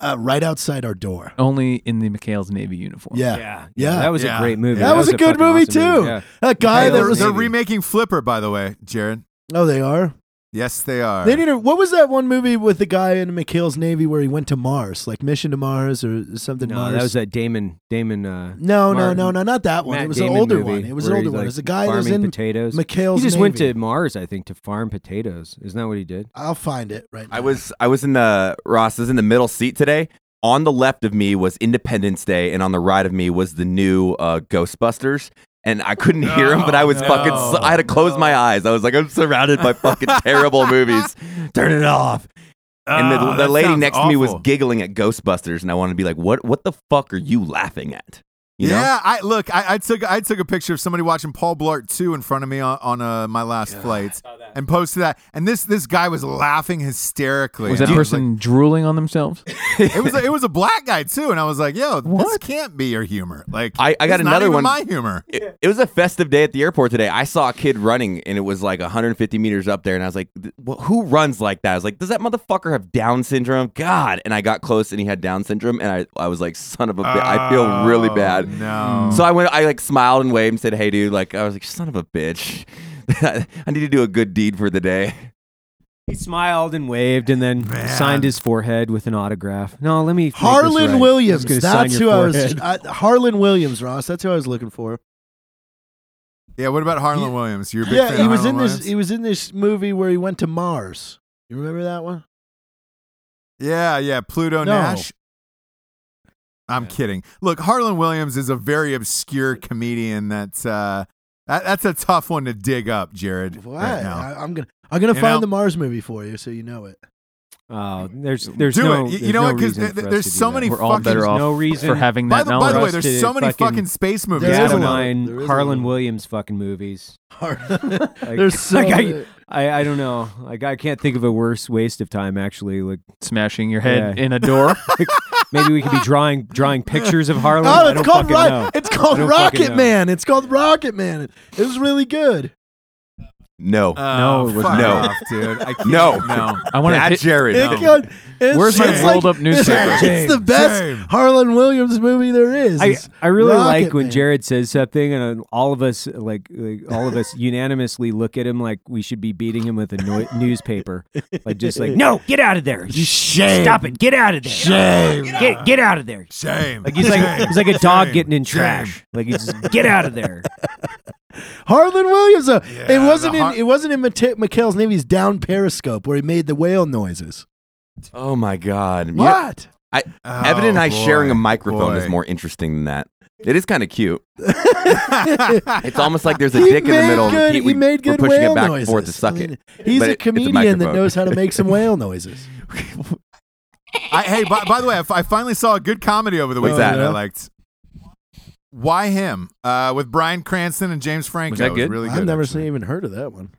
uh, right outside our door.
Only in the McHale's Navy uniform.
Yeah.
yeah,
Yeah.
that was
Yeah.
a great movie.
That was a good
fucking
movie,
awesome
too.
Yeah.
That guy
Hey,
that
they're,
was.
they're
Maybe.
remaking Flipper, by the way, Jared.
Oh, they are.
Yes, they are.
They did. A, what was that one movie with the guy in McHale's Navy where he went to Mars, like Mission to Mars or something?
No,
Mars.
that was that Damon. Damon. Uh,
no, no,
Martin-
no, no, not that one.
Matt
it was
Damon
an older
movie
one. It was an
where
older
he's,
one.
like,
it was a guy that was
farming
in
potatoes.
McHale's
he just
Navy.
went to Mars, I think, to farm potatoes. Isn't that what he did?
I'll find it right. Now.
I was I was in the Ross I was in the middle seat today. On the left of me was Independence Day, and on the right of me was the new uh, Ghostbusters. And I couldn't hear him, but I was
No,
fucking. So, I had to close my eyes. I was like, I'm surrounded by fucking terrible movies. Turn it off. And
Oh,
the, the
that
lady
sounds
next to me was
awful.
giggling at Ghostbusters, and I wanted to be like, "What? What the fuck are you laughing at?" You know?
Yeah, I look. I, I took I took a picture of somebody watching Paul Blart two in front of me on, on uh, my last flight, and posted that. And this this guy was laughing hysterically.
Was
And
that
I
person drooling on themselves?
like- it was a, it was a black guy too, and I was like, "Yo, this
What?
can't be your humor." Like,
I- I got
it's not
another
even
one.
My humor.
It, it was a festive day at the airport today. I saw a kid running, and it was like 150 meters up there, and I was like, "Th- wh- "Who runs like that?" I was like, "Does that motherfucker have Down syndrome?" God! And I got close, and he had Down syndrome, and I, I was like, "Son of a bitch!" I feel really
Oh,
bad.
No.
So I went, I like smiled and waved and said, "Hey, dude!" Like I was like, "Son of a bitch!" I need to do a good deed for the day.
He smiled and waved, and then
Man.
signed his forehead with an autograph. No, let me. make this
Harlan
right. I'm
Williams.
just gonna sign
That's
your
who I was.
forehead.
I, Harlan Williams, Ross. That's who I was looking for.
yeah. What about Harlan Williams? You're a big
yeah,
fan
he
of
was
Harlan
in this.
Williams?
He was in this movie where he went to Mars. You remember that one?
Yeah, yeah, Pluto
No.
Nash. I'm kidding. Look, Harlan Williams is a very obscure comedian. That's uh, that, that's a tough one to dig up, Jared.
Well,
right
I,
now.
I, am gonna I'm gonna
You
find
know?
the Mars movie for you, so you know it.
Oh, there's there's
Do
no.
it. You-
there's
You know
no
what? Because
reason for us
there's
to do
so
that.
many
We're
fucking.
all better
There's
off
no reason
for having
by,
that
the,
knowledge.
by the way,
us
there's
to
so many
fucking-
fucking, space movies.
There is
Dad
a
of
lot.
mine,
There is a
Harlan
lot.
Williams fucking movies.
There's so
like,
many.
I, I don't know. Like I can't think of a worse waste of time. Actually, like
Smashing your head
Yeah.
in a door.
maybe we could be drawing drawing pictures of Harlan.
Oh,
I
it's
don't
called
fucking
Ro-
know.
it's called
I don't fucking
Rocket
know.
Man. It's called Rocket Man. It, it was really good.
No,
no,
it was
Uh, fuck
no.
off, dude. I can't,
No.
no.
I want
Bad
to hit.
Jared.
It got- it's
Where's my
just
rolled
like-
up newspaper?
It's, the
James,
best
James.
Harlan Williams movie there is.
I,
It's
I really
Rocket
like when
Man.
Jared says something and uh, all of us like, like all of us unanimously look at him like we should be beating him with a no- newspaper like just like no get out of there
Shame.
stop it get out of there
Shame.
get get out of there
Shame.
like he's like he's like a dog
Shame.
getting in
Shame.
trash like he's just get out of there
Harlan Williams. Though.
Yeah,
it wasn't
the
in
Har-
it wasn't in Mate- McHale's Navy's Down Periscope where he made the whale noises.
Oh my god! You know,
What?
Oh,
Evan and I
boy.
sharing a microphone is
Boy.
more interesting than that. It is kind of cute.
yeah,
It's almost like there's a
he
dick in the
made
middle.
Good,
and we,
he made good
we're pushing
whale
it back
noises.
and forth to suck
I mean,
it.
He's
But
a
it- it's a
comedian that
microphone.
knows how to make some whale noises.
I, hey, by, by the way, I, f- I finally saw a good comedy over the
What's
weekend that?
that?
I liked. Why him? Uh, with Brian Cranston and James Franco.
Was that
It
good?
really good.
I've never
actually.
seen, even heard of that one.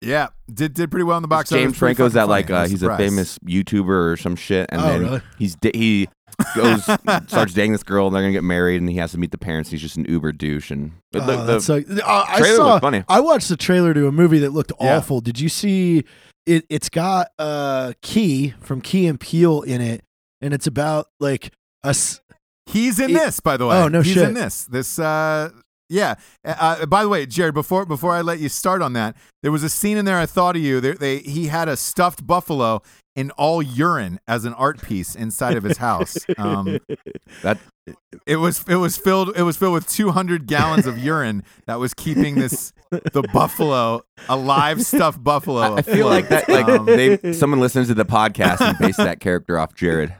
Yeah, did did pretty well in the box. office.
James
Pretty
Franco's
fucking
that like
funny. I
uh,
was
he's a
surprised.
famous YouTuber or some shit, and
Oh,
then
really?
he's da- he goes starts dating this girl, and they're gonna get married, and he has to meet the parents. He's just an uber douche, and but
Oh,
the- the-
that's so- uh, I
trailer
saw,
looked funny.
I watched the trailer to a movie that looked
Yeah.
awful. Did you see it? It's got uh, Key from Key and Peele in it, and it's about like a s-
He's in this, by the way.
Oh, no
he's
shit.
in this. This uh, Yeah. Uh, by the way, Jared, before before I let you start on that, there was a scene in there I thought of you. There, they he had a stuffed buffalo in all urine as an art piece inside of his house. Um,
That-
it was it was filled it was filled with 200 gallons of urine that was keeping this the buffalo a live stuffed buffalo.
I, I feel like
afloat.
that. Like
Um,
they, someone listens to the podcast and based that character off Jared.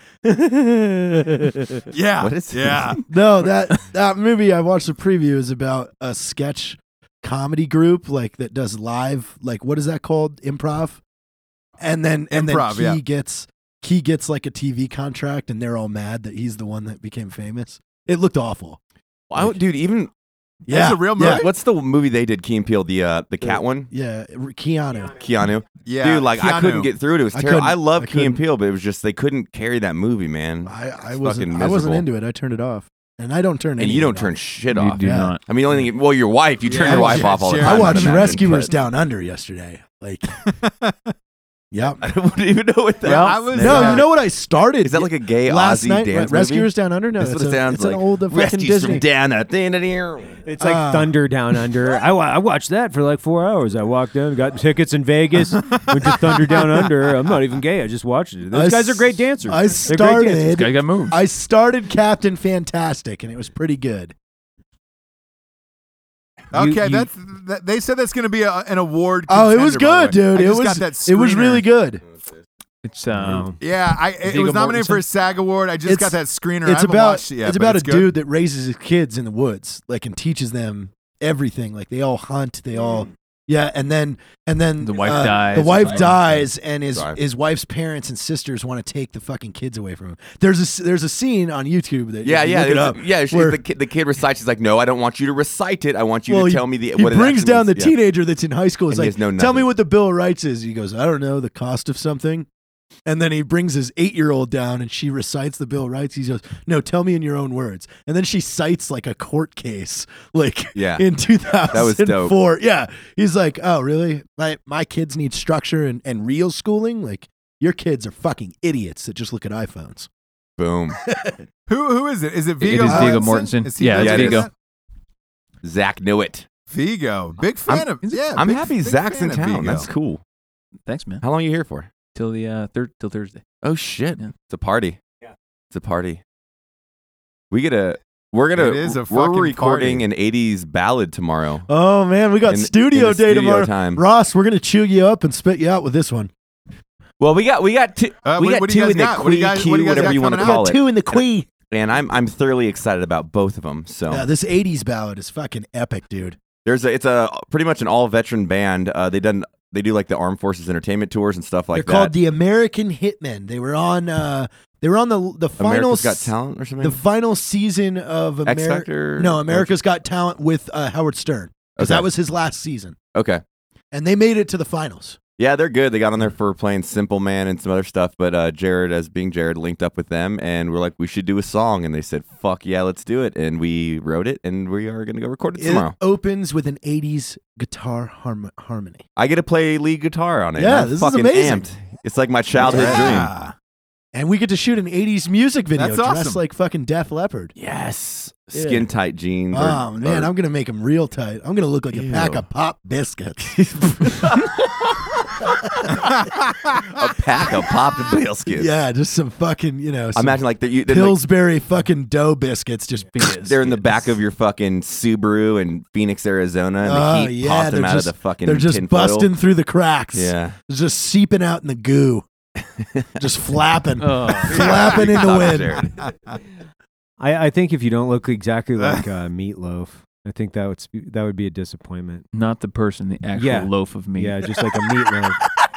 yeah.
What is-
yeah.
No, that that movie I watched the preview is about a sketch comedy group like that does live like what is that called improv, and then and
Improv,
then
yeah.
he gets he gets like a TV contract and they're all mad that he's the one that became famous. It looked awful.
I don't- dude, even
Yeah,
a real
yeah,
movie?
what's the movie they did? Key and Peele, the uh, the cat one,
yeah. Keanu.
Keanu.
Yeah.
dude, like I couldn't
Keanu.
get through it. It was
I
terrible.
couldn't-
I love
I
Key and
couldn't.
Peele, but it was just they couldn't carry that movie, man.
I, I
It's
wasn't
fucking
I wasn't
miserable.
into it. I turned it off, and I don't turn
and
any
you
of
don't
it
turn
off.
shit
You
off.
do
Yeah.
not.
I mean, the only thing. Well, your wife. You turn
Yeah,
your
I
wife
watched-
off all the
Jared-
time.
I
I'm
watched
imagine,
Rescuers
but-
Down Under yesterday. Like, yep.
I don't even know what that.
Yeah, I was
No,
uh,
you know what I started?
Is that like a gay
last
Aussie
night?
dance
Rescuers Down Under. No,
That's
it's,
what
a,
it sounds
it's
like.
an old uh,
movie?
fucking
Rescues
Disney.
from down at the end of the year.
It's like
Ah.
Thunder Down Under. I, wa- I watched that for like four hours. I walked down, got tickets in Vegas, went to Thunder Down Under. I'm not even gay. I just watched it. Those
I
guys are great
s-
dancers.
I
They're great dancers.
This
started.
guy got moved.
I started Captain Fantastic, and it was pretty good.
You-
Okay,
you-
that's that, they said that's going to be a, an award.
Oh, it was
contender, by
good,
the way.
dude.
I
It
just
was.
got that
It was really
screener.
good.
It's um,
Yeah, I, it
Viggo
was nominated for
Mortensen?
a SAG award. I just
It's-
got that screener. I
It's
haven't
about.
watched it yet,
it's
but
about a
good.
dude that raises his kids in the woods, like, and teaches them everything. Like they all hunt. They all.
Mm.
Yeah, and then and then
The wife
uh,
dies.
The wife
Sorry.
dies, and his
Sorry.
his wife's parents and sisters want to take the fucking kids away from him. There's a s- there's a scene on YouTube that
Yeah,
you can
yeah,
look it
there's a-
up.
yeah. She's
where-
the kid. The kid recites. She's like, "No, I don't want you to recite it. I want you
Well,
to
he-
tell me the
he
what it
brings
actually
down the
means." Yeah.
teenager that's in high school. He's
And he
like,
has no
"Tell me
nothing."
what the Bill of Rights is." He goes, "I don't know the cost of something," and then he brings his eight-year-old down, and she recites the Bill of Rights. He goes, "No, tell me in your own words," and then she cites like a court case, like
Yeah.
in two thousand
was dope.
four. Yeah, he's like, "Oh, really? My my kids need structure and and real schooling. Like your kids are fucking idiots that just look at iPhones."
Boom.
Who who is it? Is it Vigo?
is Viggo Mortensen. Yeah,
it's Viggo.
Vigo.
Zach knew it.
Vigo, big fan of. Yeah,
I'm
big-
happy
big
Zach's
fan
in
of
town.
Viggo.
That's cool.
thanks, man.
How long are you here for?
Till the uh, third till Thursday.
Oh shit!
Yeah.
It's a party.
Yeah.
It's a party. We get a. We're gonna.
It is a
we're
fucking
recording
party.
an '80s ballad tomorrow.
Oh man, we got
In-
studio
in the
day
studio
tomorrow.
time.
Ross, we're gonna chew you up and spit you out with this one.
Well, we got we got two.
Uh,
we
what-
got
what do
two
you guys
in the
got? What do you guys-
queue,
what do you guys
whatever
got
you want to
coming up?
call it.
Two in the queen.
And I'm I'm thoroughly excited about both of them. So
Yeah, this '80s ballad is fucking epic, dude.
There's a, it's a pretty much an all veteran band. Uh, they done they do like the Armed Forces Entertainment tours and stuff like
They're called
that.
the American Hitmen. They were on, uh, they were on the the final
America's Got
s-
Talent or something.
the final season of
X
America.
Factor.
No, America's Got Talent with uh, Howard Stern because
Okay.
that was his last season,
Okay.
and they made it to the finals.
Yeah, they're good. They got on there for playing Simple Man and some other stuff. But uh, Jared, as being Jared, linked up with them and we're like, we should do a song. And they said, fuck yeah, let's do it. And we wrote it and we are going to go record it tomorrow.
It opens with an '80s guitar harm- harmony.
I get to play lead guitar on it.
Yeah,
I'm
this is
fucking
amazing.
amped. It's like my childhood dream.
Yeah.
And we get to shoot an 80s music video
That's
dressed
awesome.
like fucking Def Leppard.
Yes.
Yeah.
Skin tight jeans. or-
Oh, man,
or-
I'm going to make them real tight. I'm going to look like a pack
Ew.
of pop biscuits.
a pack of popped biscuits.
Yeah, just some fucking, you know,
I
some
imagine like they're, you- they're, like,
Pillsbury fucking dough biscuits just fizz.
they're in the back of your fucking Subaru in Phoenix, Arizona, and
Oh,
the heat
yeah,
popped them
they're
out
just-
of the fucking.
They're just
tinfoil.
busting through the cracks.
Yeah,
Just seeping out in the goo. just flapping.
Oh,
flapping in the
Stop it,
wind.
Jared.
I, I think if you don't look exactly like uh, Meatloaf, I think that would sp- that would be a disappointment.
not the person, the actual
Yeah.
loaf of meat.
Yeah, just like a meatloaf,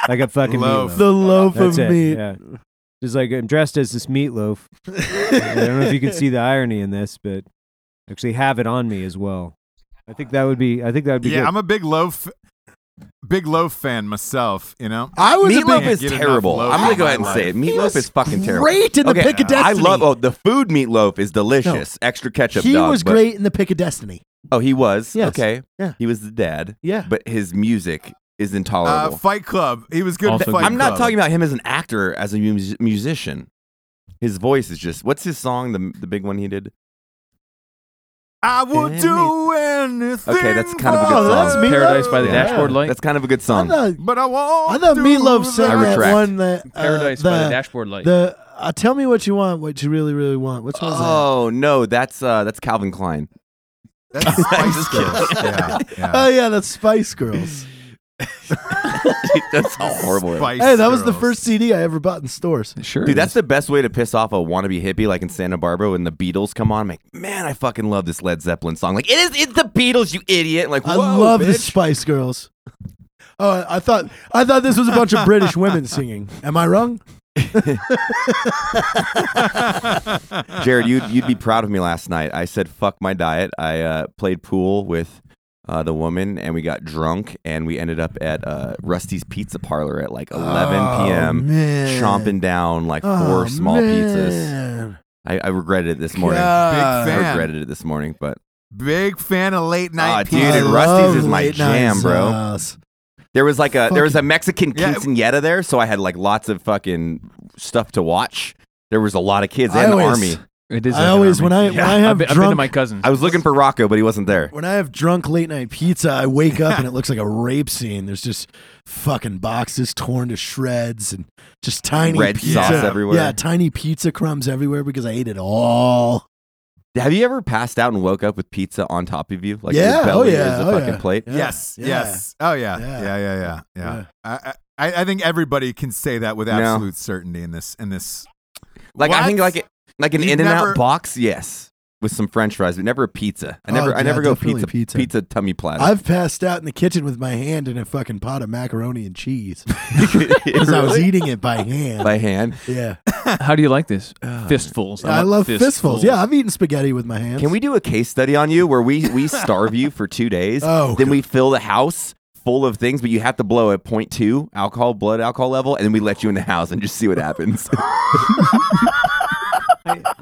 like a fucking
Loaf.
meatloaf.
The loaf
That's
of
it.
meat.
Yeah. Just like I'm dressed as this meatloaf. I don't know if you can see the irony in this, but actually have it on me as well. I think that would be. I think that would be.
Yeah,
good.
I'm a big loaf, big loaf fan myself. You know,
I was a
Meatloaf
big
is
Get enough
terrible.
loaf
I'm gonna
in
go
my
ahead and
life.
say it. Meatloaf is fucking terrible.
great in the
okay,
Pick of Destiny.
I love. Oh, the food meatloaf is delicious. Extra ketchup.
he
dog,
was
but-
great in the Pick of Destiny.
Oh, he was.
Yes.
Okay.
Yeah.
He was the dad,
Yeah.
but his music is
uh,
intolerable.
Fight Club. He was good. in
Also
Fight
good.
I'm not
Club.
talking about him as an actor, as a mus- musician. His voice is just. What's his song? The the big one he did.
I would do anything.
Okay, that's kind of a good
for
song.
love,
That's me.
Paradise by the
Yeah.
Dashboard Light.
That's kind of a good
I
song.
thought,
But I won't.
I thought
do
Meatloaf sang
I
that
Um, retract.
one that uh,
Paradise
the,
by the Dashboard Light.
the uh, tell me what you want, what you really really want. Which one's
Oh no, that's uh, that's Calvin Klein.
That's
I'm
Spice
just
Girls. yeah,
that? Oh
yeah.
yeah, that's Spice Girls.
that's a horrible.
Spice
hey, that was the
Girls.
first CD I ever bought in stores.
Sure.
Dude, that's the best way to piss off a wannabe hippie like in Santa Barbara when the Beatles come on. I'm like, man, I fucking love this Led Zeppelin song. Like, it is, it's the Beatles, you idiot. Like,
I
whoa,
love the
bitch.
Spice Girls. Oh, I- I thought I thought this was a bunch of British women singing. Am I wrong?
Jared, you'd, you'd be proud of me last night. I said, fuck my diet. I uh, played pool with uh, the woman and we got drunk and we ended up at uh, Rusty's Pizza Parlor at like 11
Oh,
p.m.
man. Oh,
chomping down like four
four
small pizzas. I, I regretted it this morning.
God.
Big
I
fan.
regretted it this morning, but
Big fan of late night.
Ah, dude,
pizza.
it Rusty's is my jam, bro. there was like a there was a Mexican
Yeah.
quinceanera there, so I had like lots of fucking stuff to watch. There was a lot of kids
I
and the
always-
army.
It is
I
like an
always-
army.
when I- when I have
I've been, I've been to
drunk-
my cousin's.
I was looking for Rocco, but he wasn't there.
When I have drunk late night pizza, I wake up and it looks like a rape scene. There's just fucking boxes torn to shreds and just tiny
Red
pizza.
sauce
Yeah.
everywhere.
Yeah, tiny pizza crumbs everywhere because I ate it all.
Have you ever passed out and woke up with pizza on top of you? Like
Yeah,
your
oh
belly
yeah,
is a
oh
fucking
yeah.
plate.
Yeah,
yes,
yeah.
yes. Oh yeah,
Yeah.
yeah, yeah, yeah, yeah.
Yeah.
I, I, I think everybody can say that with
No.
absolute certainty in this. In this,
Like I
What?
think like it- like an
You've
in and
never-
out box, yes. With some French fries, but never a pizza. I
Oh,
never I
yeah,
never go
definitely
pizza,
pizza.
pizza tummy platter.
I've passed out in the kitchen with my hand in a fucking pot of macaroni and cheese because I was
Really?
eating it by hand.
by hand.
yeah,
How do you like this? Fistfuls.
I
want
love fistfuls. Yeah, I've eaten spaghetti with my hands.
Can we do a case study on you where we we starve you for two days?
Oh,
then we fill the house full of things, but you have to blow at 0.2 alcohol, blood alcohol level, and then we let you in the house and just see what happens.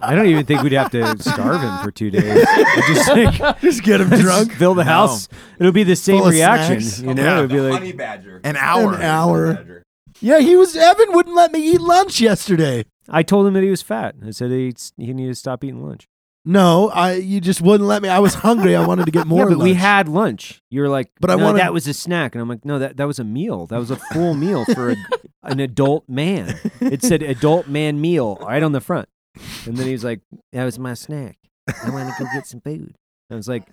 I don't even think we'd have to starve him for two days. I just think
just get him
drunk,
drunk?
fill the house. It'll be the same
Full of
reaction.
snacks.
You know,
Yeah.
it'd be like
badger.
an hour.
An hour. Yeah, he was. Evan wouldn't let me eat lunch yesterday.
I told him that he was fat. I said he he needed to stop eating lunch.
No, I. You just wouldn't let me. I was hungry. I wanted to get more.
yeah, but we
lunch.
had lunch. You were like,
But
but
I
I no,
wanted-
that was a snack, and I'm like, no, that that was a meal. That was a full meal for a, an adult man. It said adult man meal right on the front, and then he was like, that was my snack. I want to go get some food. I was like,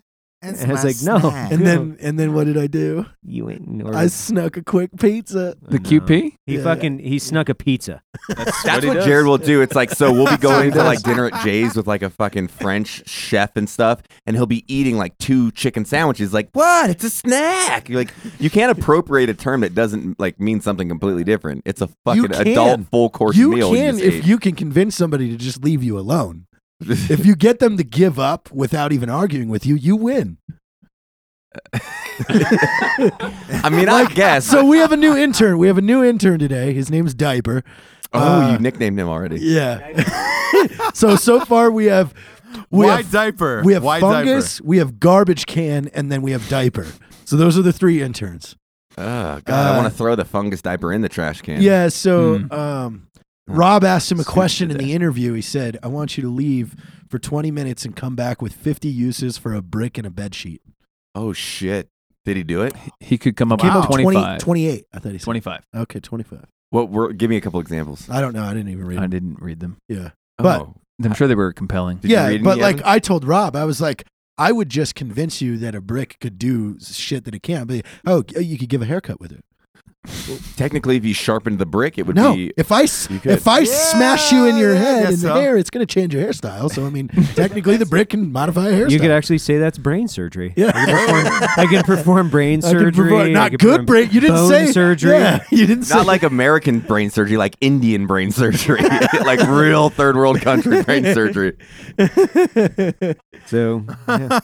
It's
And I was
my
like, no.
snack.
And then, and then what did I do?
you ain't. Or,
I snuck a quick pizza.
The QP?
He
Yeah.
fucking he snuck a pizza.
That's what, Jared will do. It's like so we'll be going to like dinner at Jay's with like a fucking French chef and stuff, and he'll be eating like two chicken sandwiches. Like what? It's a snack. You're like you can't appropriate a term that doesn't like mean something completely different. It's a fucking
can.
adult full course
you
meal.
can
just
if
ate.
you can convince somebody to just leave you alone. if you get them to give up without even arguing with you, you win.
I mean, I guess.
So we have a new intern. We have a new intern today. His name's Diaper.
oh,
uh,
you nicknamed him already.
Yeah. so so far we have we
why
have
diaper?
we have
why
fungus, we have garbage can, and then we have diaper. So those are the three interns.
Oh god, I
Uh,
want to throw the fungus diaper in the trash can.
Yeah. So
Hmm.
um, Rob asked him a
Stupid
question in
today.
the interview. He said, "I want you to leave for 20 minutes and come back with 50 uses for a brick and a bed sheet."
Oh shit. Did he do it?
He could come up
Came
with
up 20
25.
28. I thought he said
25.
Okay, 25.
What? Were, give me a couple examples.
I don't know. I didn't even read.
I
it.
didn't read them.
Yeah. But-
oh,
I'm sure they were compelling.
did you
yeah,
read
but
any,
like
Evan?
I told Rob, I was like, I would just convince you that a brick could do shit that it can't. But oh, you could give a haircut with it.
technically, if you sharpened the brick, it would
no,
be.
if I s-
You could.
if I
Yeah,
smash you in your
I
head
guess
in
so.
the hair, it's gonna change your hairstyle. So I mean, technically, the brick can modify a hairstyle.
You could actually say that's brain surgery.
Yeah.
I can perform, I can perform brain
I could
surgery.
provide-
I
not
can
good
perform
brick. You didn't
bone
say
surgery.
Yeah, you didn't say
Not like American brain surgery, like Indian brain surgery, like real third world country brain surgery.
So, yeah.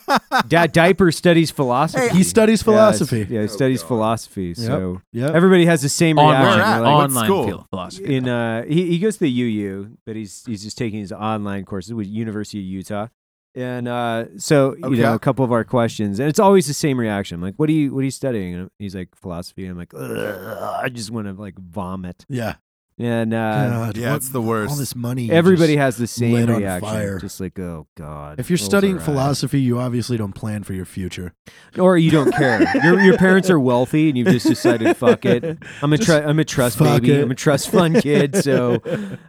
Di- diaper studies philosophy.
he studies
Yeah, it's-
philosophy.
Yeah, he studies philosophy. So
Yep.
everybody has the same
Online,
reaction.
Where at?
They're like,
What
online
school?
phil- philosophy.
in uh, he, he goes to the UU, but he's he's just taking his online courses with University of Utah. And uh, so you
Okay.
know, a couple of our questions, and it's always the same reaction. I'm like, what are you what are you studying? And he's like philosophy. And I'm like, "Ugh, I just want to like vomit.
Yeah,
And uh,
God,
yeah,
what-
it's the worst.
All this money.
everybody
just-
has the same
lit on
reaction.
fire.
Just like, oh God.
If you're
rolls
studying
our eyes.
philosophy, you obviously don't plan for your future.
or you don't care. your, your parents are wealthy, and you've just decided, fuck it. I'm a
Just
tru- I'm a trust
fuck
baby.
it.
I'm a trust fund kid. So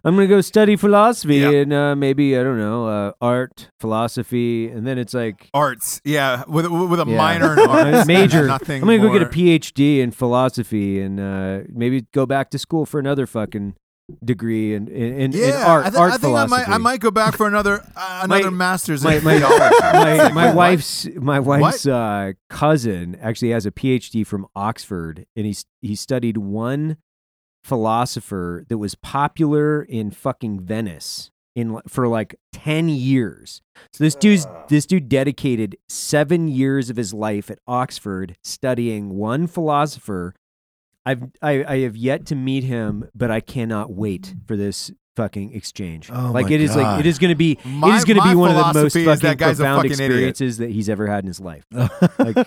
I'm gonna go study philosophy
Yeah.
and uh, maybe I don't know uh, art, philosophy, and then it's like
Arts, yeah, with with a
yeah.
minor in arts,
major.
Nothing.
I'm gonna go get a
more.
PhD in philosophy and uh, maybe go back to school for another fucking degree in in, in, in art
I, thi-
art
I think I might, I
philosophy.
might go back for another uh, another
My-
master's.
my
in
my,
theology.
my,
Like,
my
what?
wife's my wife's uh, cousin actually has a PhD from Oxford, and he's he studied one philosopher that was popular in fucking Venice in li- for like ten years. So this dude's this dude dedicated seven years of his life at Oxford studying one philosopher. I've I, I have yet to meet him, but I cannot wait for this fucking exchange.
Oh
like
my
it is like
God.
it is going to be
My-
it is going to
my
be one of the most
philosophy is
fucking
that guy's a
profound
fucking idiot.
experiences that he's ever had in his life.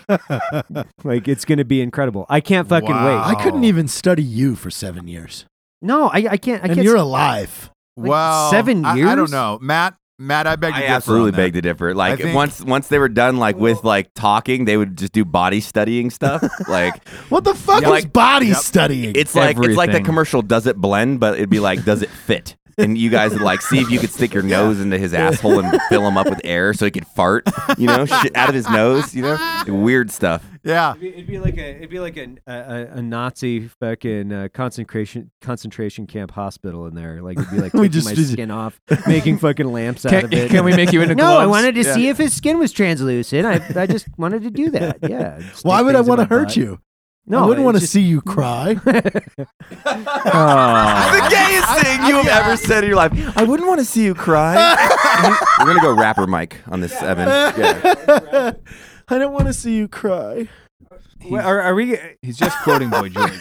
Like it's going to be incredible. I can't fucking
Wow.
I
wait.
couldn't even study you for seven years,
No, I, I can't. I
and
can't.
you're alive.
Like,
well,
seven
I- I, don't
years?
know, Matt. Matt, I beg to
I
differ on
absolutely
that.
beg to differ. Like
think-
once once they were done like with like talking, they would just do body studying stuff. like
What the fuck
Yeah.
is body
Yep.
studying?
it's like it's like the
Everything.
commercial does it blend, but it'd be like does it fit? And you guys would like see if you could stick your nose into his asshole and fill him up with air so he could fart, you know, shit out of his nose, you know, weird stuff.
Yeah,
It'd be, it'd be like a it'd be like an, a, a a Nazi fucking uh, concentration concentration camp hospital in there. Like it'd be like
We
taking
just-
my
just-
skin off, making fucking lamps out
Can,
of it.
can we make you into
no,
gloves?
I wanted to see if his skin was translucent. I I just wanted to do that. Yeah.
Why
stick
would I
things in
want to
my
hurt
butt.
you?
No,
I wouldn't want to
see.
see you cry.
Oh.
The gayest thing you have ever said in your life. I wouldn't want to see you cry. We're gonna go rapper Mike on this, Evan. Yeah.
I don't want to see you cry.
Well, are, are we?
He's just quoting Boy George.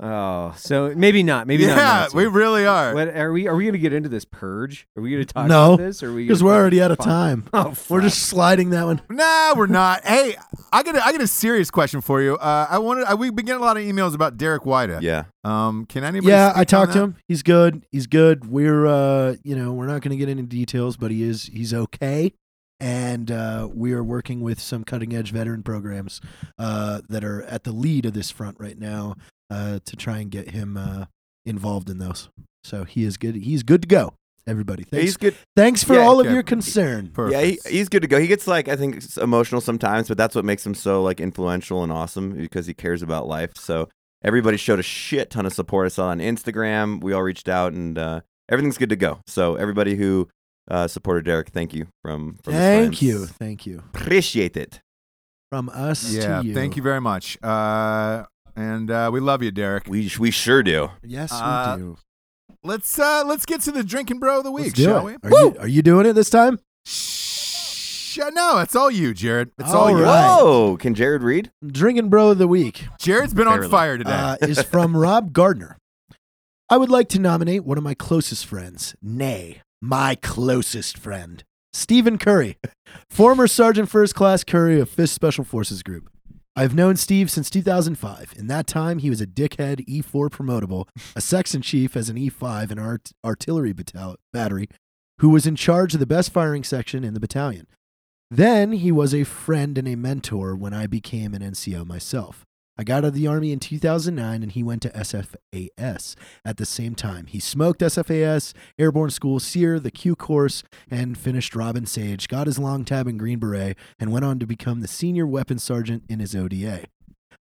Oh, so maybe not. Maybe not.
yeah,
Nazi.
we really are.
What are we? Are we going to get into this purge? Are we going to talk
No,
about this? Or are we?
Because
gonna-
we're already out of
Fuck.
time.
Oh,
We're
fuck.
just sliding that one.
Nah, we're not. Hey, I got a, I got a serious question for you. Uh, I wanted I, we been getting a lot of emails about Derek Wida.
yeah.
Um, can anybody?
Yeah, I
speak on
talked to
that?
him. He's good. He's good. We're uh, you know, we're not going to get into details, but he is he's okay. And uh, we are working with some cutting edge veteran programs uh, that are at the lead of this front right now uh, to try and get him uh, involved in those. So he is good. He's good to go. Everybody, thanks.
He's good.
thanks for
yeah,
all
okay.
of your concern.
Perfect.
Yeah, he, he's good to go. He gets like I think s- emotional sometimes, but that's what makes him so like influential and awesome because he cares about life. So everybody showed a shit ton of support. I saw on Instagram. We all reached out, and uh, everything's good to go. So everybody who uh, supported Derek, thank you from, from his
Thank
friends.
you, thank you.
appreciate it.
From us
yeah,
to you.
thank you very much. Uh, and uh, we love you, Derek.
We we sure do.
Yes,
Uh,
we do.
Let's uh, let's get to the drinking bro of the
Let's
week,
do
shall
it.
we?
Are you, are you doing it this time?
Shh. No, it's all you, Jared. It's all,
All
you.
right.
Whoa! Can Jared read?
Drinking bro of the week.
Jared's been
Barely.
on fire today.
uh, is from Rob Gardner. I would like to nominate one of my closest friends, nay, my closest friend, Stephen Curry, former Sergeant First Class Curry of 5th Special Forces Group. I've known Steve since 2005. In that time, he was a dickhead E4 promotable, a section chief as an E5 in art- artillery battalion battery, who was in charge of the best firing section in the battalion. Then he was a friend and a mentor when I became an NCO myself. I got out of the Army in 2009 and he went to SFAS at the same time. He smoked SFAS, Airborne School, SEER, the Q course, and finished Robin Sage, got his long tab in Green Beret, and went on to become the senior weapons sergeant in his ODA.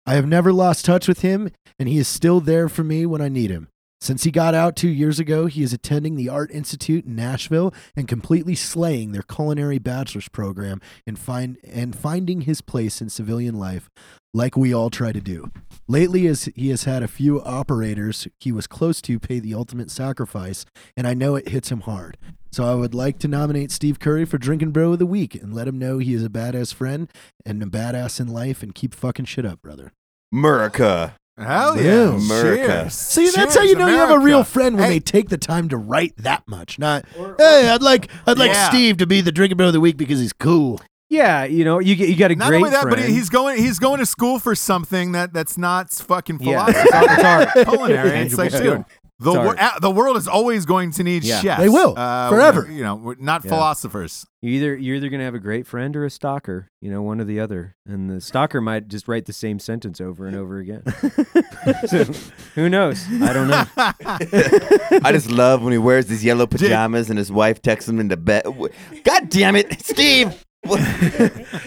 I have never lost touch with him, and he is still there for me when I need him. Since he got out two years ago, he is attending the Art Institute in Nashville and completely slaying their culinary bachelor's program and, find, and finding his place in civilian life like we all try to do. Lately, as he has had a few operators he was close to pay the ultimate sacrifice, and I know it hits him hard. So I would like to nominate Steve Curry for Drinking Bro of the Week and let him know he is a badass friend and a badass in life and keep fucking shit up, brother.
America.
Hell yeah,
Boom.
America.
Cheers.
See, that's
Cheers,
how you know you have a real
America.
friend when
Hey.
they take the time to write that much. Not, hey, I'd like, I'd like
Yeah.
Steve to be the Drinking Bro of the Week because he's cool.
yeah, you know, you get you got a
Not
great
only that,
friend.
but he- he's going he's going to school for something that that's not fucking
Yeah.
philosophy.
It's art.
culinary. it's like,
Tangible
dude, The,
It's
wor-
art.
a- the world is always going to need
Yeah.
chefs.
They will,
Uh,
forever.
we're- You know, we're not
Yeah.
philosophers.
You either you're either gonna have a great friend or a stalker, you know, one or the other. And the stalker might just write the same sentence over and over again. so, who knows? I don't know.
I just love when he wears these yellow pajamas and his wife texts him into bed. God damn it, Steve!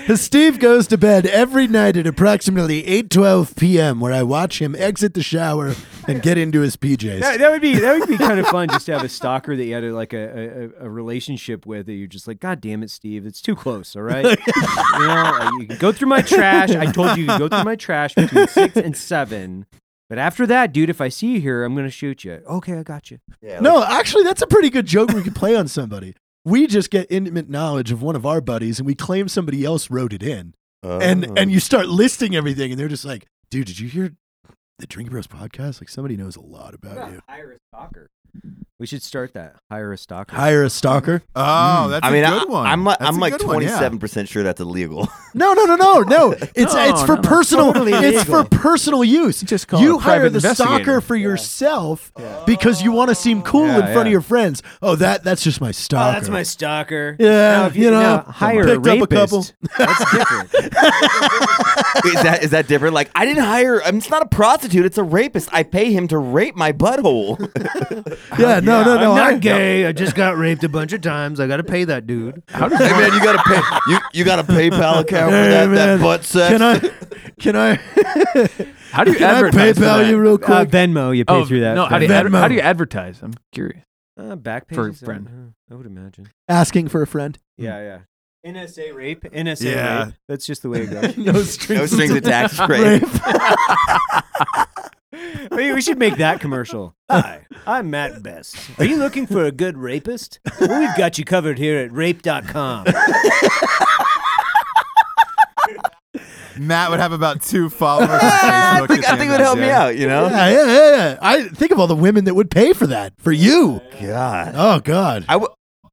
As Steve goes to bed every night at approximately 8:12 p.m., where I watch him exit the shower and get into his PJs.
That, that would be that would be kind of fun just to have a stalker that you had a, like a, a, a relationship with that you're just like, God damn it, Steve, it's too close, all right? you know, like, you can go through my trash. I told you you can go through my trash between six and seven. But after that, dude, if I see you here, I'm gonna shoot you. Okay, I got you.
No, actually, that's a pretty good joke we could play on somebody. We just get intimate knowledge of one of our buddies, and we claim somebody else wrote it in,
Oh.
and and you start listing everything, and they're just like, "Dude, did you hear the Drink Bros podcast? Like somebody knows a lot about you."
Hire a stalker. We should start that. Hire a stalker.
Hire a stalker?
Oh, that's
I mean,
a
I,
good one.
I'm like,
That's
I'm
a
like
good one, yeah.
27 percent sure that's illegal.
No, no, no, no, no. It's
No,
it's for
no, no.
personal.
Totally
it's
legal.
for personal use.
Just call it
you
a
hire
private
the
investigator.
stalker for yourself because you want to seem cool
Yeah,
in front of
yeah.
your friends. Oh, that that's just my stalker.
Oh, that's my stalker.
Yeah,
Now, if you,
you know,
now, hire a
picked up a
rapist.
couple.
That's different.
is that is that different? Like, I didn't hire. um, It's not a prostitute. It's a rapist. I pay him to rape my butthole.
yeah, no, no, no. I-
gay. I just got raped a bunch of times. I got to pay that dude.
hey man, you gotta pay. You you got a PayPal account
Hey, man,
sex.
Can I? Can I?
How do you
Can I
advertise? for
PayPal
that?
you real
Uh,
quick?
Venmo, you pay
Oh,
through that.
no. How do, you
thing.
adver- how
Venmo.
do you advertise? I'm curious.
uh, back
for
pages, I
friend.
don't know. I would imagine.
Asking for a friend.
Yeah, yeah. NSA rape. NSA
Yeah.
rape. That's just the way it goes.
no strings.
No strings attached. Rape.
Rape.
Maybe we should make that commercial. Hi, I'm Matt Best. Are you looking for a good rapist? Well, we've got you covered here at rape.com.
Matt would have about two followers. on Facebook
Ah, I think,
at the
I
end
think it
of
would
the
help me
day.
out. You know.
Yeah, yeah, yeah, yeah. I think of all the women that would pay for that for you.
God.
Oh God.
I w-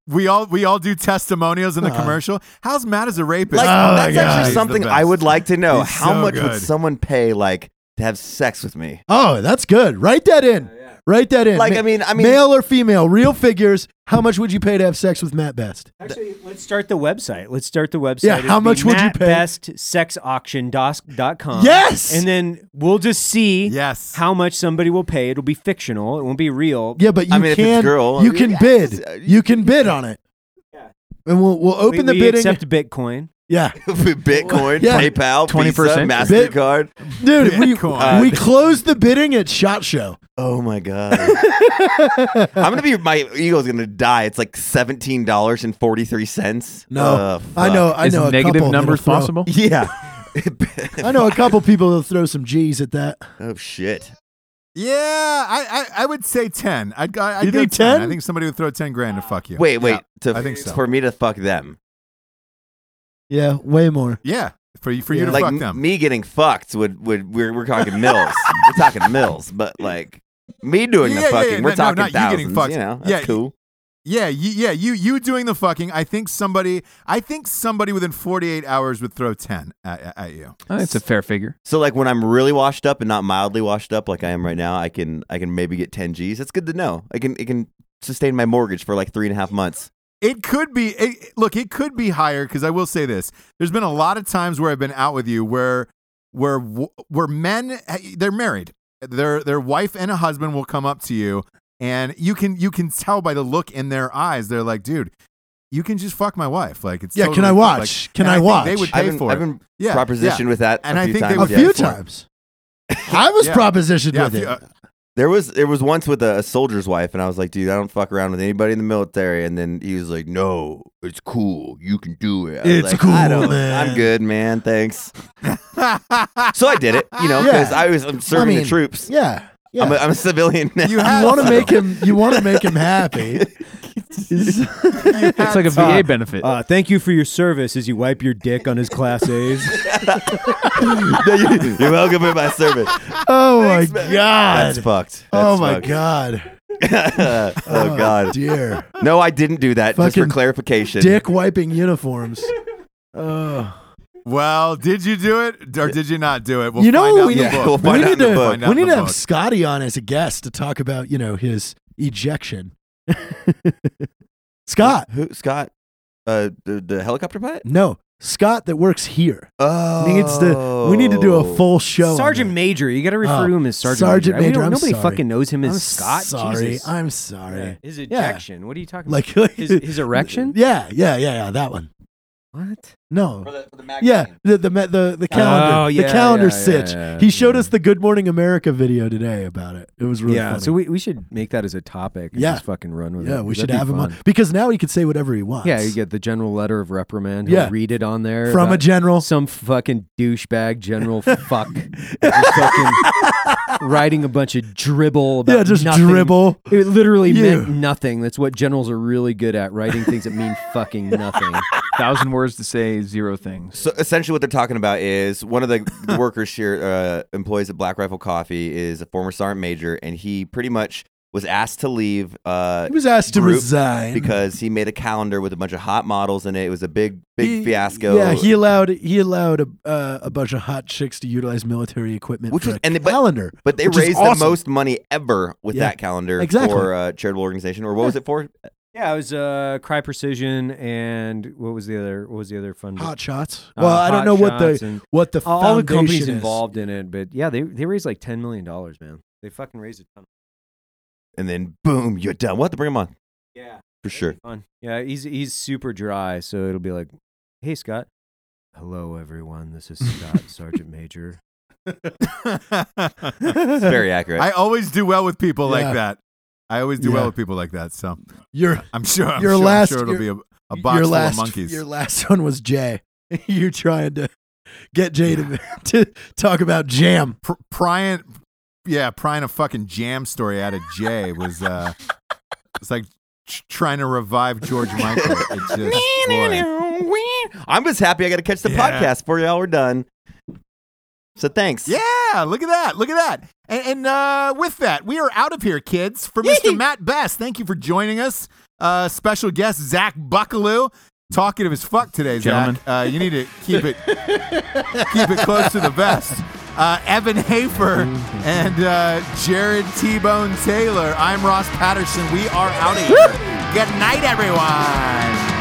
We all we all do testimonials in the
Uh.
commercial. How's Matt as a rapist?
Uh-huh. like
Oh, my
that's
God.
actually
He's
something
the
I would
best.
like to know.
He's
How
so
much would
good.
someone pay like to have sex with me?
Oh, that's good. Write that in. Write that in.
Like,
Ma-
I mean- I mean-
male or female, real figures. How much would you pay to have sex with Matt Best?
Actually, let's start the website. Let's start the website.
Yeah, how
It'll be
much would you pay?
MattBestSexAuction.com.
Yes!
And then we'll just see
Yes.
how much somebody will pay. It'll be fictional. It won't be real.
Yeah, but you
I mean, if it's
can
girl,
you
I
can
mean,
bid.
yeah.
You can bid on it.
Yeah.
And we'll we'll
We-
open the
we
bidding.
accept Bitcoin.
yeah,
Bitcoin,
Yeah.
PayPal,
21st
Visa,
century.
Mastercard.
dude, we
Bitcoin.
we closed the bidding at Shot Show.
Oh my god! I'm gonna be my ego's gonna die. It's like seventeen dollars and forty three cents.
No, I know, I
Is
know a
negative
couple
numbers
that'll throw-
possible?
Yeah.
I know a couple people that'll throw some G's at that.
Oh shit!
Yeah, I, I I would say ten. I'd, go- I'd
You
go
think 10?
I think somebody would throw ten grand to fuck you.
Wait, wait.
Yeah,
to,
I think so.
For me to fuck them,
Yeah, way more.
yeah, for you for you to
like
fuck
m-
them.
me getting fucked would would we're we're talking mills. we're talking mills, but like me doing
Yeah,
the
yeah,
fucking,
yeah,
we're
no, no,
talking
not you
thousands.
getting fucked.
You know, that's
Yeah,
cool.
yeah, you, yeah, you you doing the fucking. I think somebody I think somebody within forty eight hours would throw ten at, at you.
I think it's a fair figure.
So like when I'm really washed up and not mildly washed up like I am right now, I can I can maybe get ten G's. That's good to know. I can it can sustain my mortgage for like three and a half months.
It could be. It, look, it could be higher because I will say this: there's been a lot of times where I've been out with you where where w- where men eh, they're married, their their wife and a husband will come up to you, and you can you can tell by the look in their eyes, they're like, dude. You can just fuck my wife, like it's
Yeah,
totally
can I
cool."
watch?
Like,
Can
and
I
think
watch?
They would pay
I've been,
for
I've
it.
been
Yeah,
propositioned
yeah.
with that
And
a
I
few
think they
times.
A
would-
yeah,
few
before.
times. I was
Yeah.
propositioned
Yeah,
with
if
it.
you- uh,
There was there was once with a, a soldier's wife, and I was like, dude, I don't fuck around with anybody in the military. And then he was like, no, it's cool, you can do it. I was
It's
like, I
cool,
don't-
man."
I'm good, man. Thanks. so I did it, you know,
Yeah.
because I was I'm serving
mean,
the troops.
yeah, yeah.
I'm, a, I'm a civilian now.
You
you
have-
want to make him. You want to make him happy.
It's like a VA benefit.
Uh, thank you for your service as you wipe your dick on his class A's.
You're welcome in my service.
Oh my god.
That's fucked.
oh
That's
my
fucked.
god.
oh god.
Dear.
No, I didn't do that. Just for
Fucking
clarification.
Dick wiping uniforms. Oh.
Well, did you do it or did you not do it? We'll
You know
find
what
out
we
in the
need-
book.
we'll
we
find out
need
in the
to,
book.
Find out
we
in
need
the
to have
book.
Scotty on as a guest to talk about, you know, his ejection. Scott,
Who Scott? Uh, the, the helicopter pilot
no, Scott that works here
oh.
needs to. We need to do a full show. on
Sergeant
that.
Major. You got to refer
Oh,
to him as Sergeant,
Sergeant
Major. I- we
Major,
don't-
I'm
nobody
sorry.
fucking knows him as
I'm
Scott.
Sorry,
Jesus.
I'm sorry.
His
ejection.
What are you talking
Like
His, his erection?
Yeah, yeah, yeah, yeah. That one.
What?
No.
the, for the
yeah, the the ma- the, the calendar,
Oh,
the
yeah,
calendar
yeah,
sitch.
yeah, yeah.
he showed
Yeah.
us the Good Morning America video today about it. It was really
yeah.
funny.
So we, we should make that as a topic. And
Yeah.
Just fucking run with it.
yeah, we
'cause
should
that'd
have
be
him on
fun.
because now he can say whatever he wants.
Yeah, you get the general letter of reprimand. He'll
Yeah.
read it on there
from a
about
general.
some fucking douchebag general fuck just fucking writing a bunch of dribble about
Yeah, just
nothing.
dribble.
It literally
You.
meant nothing. That's what generals are really good at, writing things that mean fucking nothing.
Thousand words to say zero things.
So essentially, what they're talking about is one of the the workers here, uh, employees at Black Rifle Coffee, is a former sergeant major, and he pretty much was asked to leave uh,
He was asked to
group
resign
because he made a calendar with a bunch of hot models in it. It was a big, big
He-
fiasco.
Yeah, he allowed he allowed a uh, a bunch of hot chicks to utilize military equipment,
Which
for
was-
a
and they- but-
calendar.
but they
which is
raised
awesome.
the most money ever with
Yeah,
that calendar
exactly.
for a charitable organization, or what was it for?
Yeah, it was uh, Cry Precision and what was the other? What was the other fund?
hot shots.
uh,
Well, I don't
Hot
know what
Shots
the
and
what the
all the companies
foundation is.
involved in it, but yeah, they they raised like ten million dollars, man. They fucking raised a ton.
And then boom, you're done. We'll have to bring him on
Yeah,
for sure.
fun. Yeah, he's he's super dry, so it'll be like, hey Scott, hello everyone, this is Scott Sergeant Major.
It's very accurate.
I always do well with people
Yeah.
like that. I always do
Yeah.
well with people like that. So
Your
I'm sure. I'm
Your
sure,
last-
I'm sure it'll
your-
be a, a box
your
full
last,
of monkeys.
Your last one was Jay. You're trying to get Jay to, to talk about jam.
Pr- prying, yeah, prying a fucking jam story out of Jay was. uh It's like tr- trying to revive George Michael. It just, boy.
I'm just happy I got to catch the
Yeah.
podcast before y'all were done. So thanks.
Yeah, look at that. Look at that. And, and uh, with that, we are out of here, kids. For Mr. Matt Best, thank you for joining us. Uh, special guest, Zach Buckaloo. Talkative as fuck today,
Gentlemen.
Zach. Uh, you need to keep it keep it close to the vest. Uh, Evan Hafer and uh, Jared T-Bone Taylor. I'm Ross Patterson. We are out of here. Good night, everyone.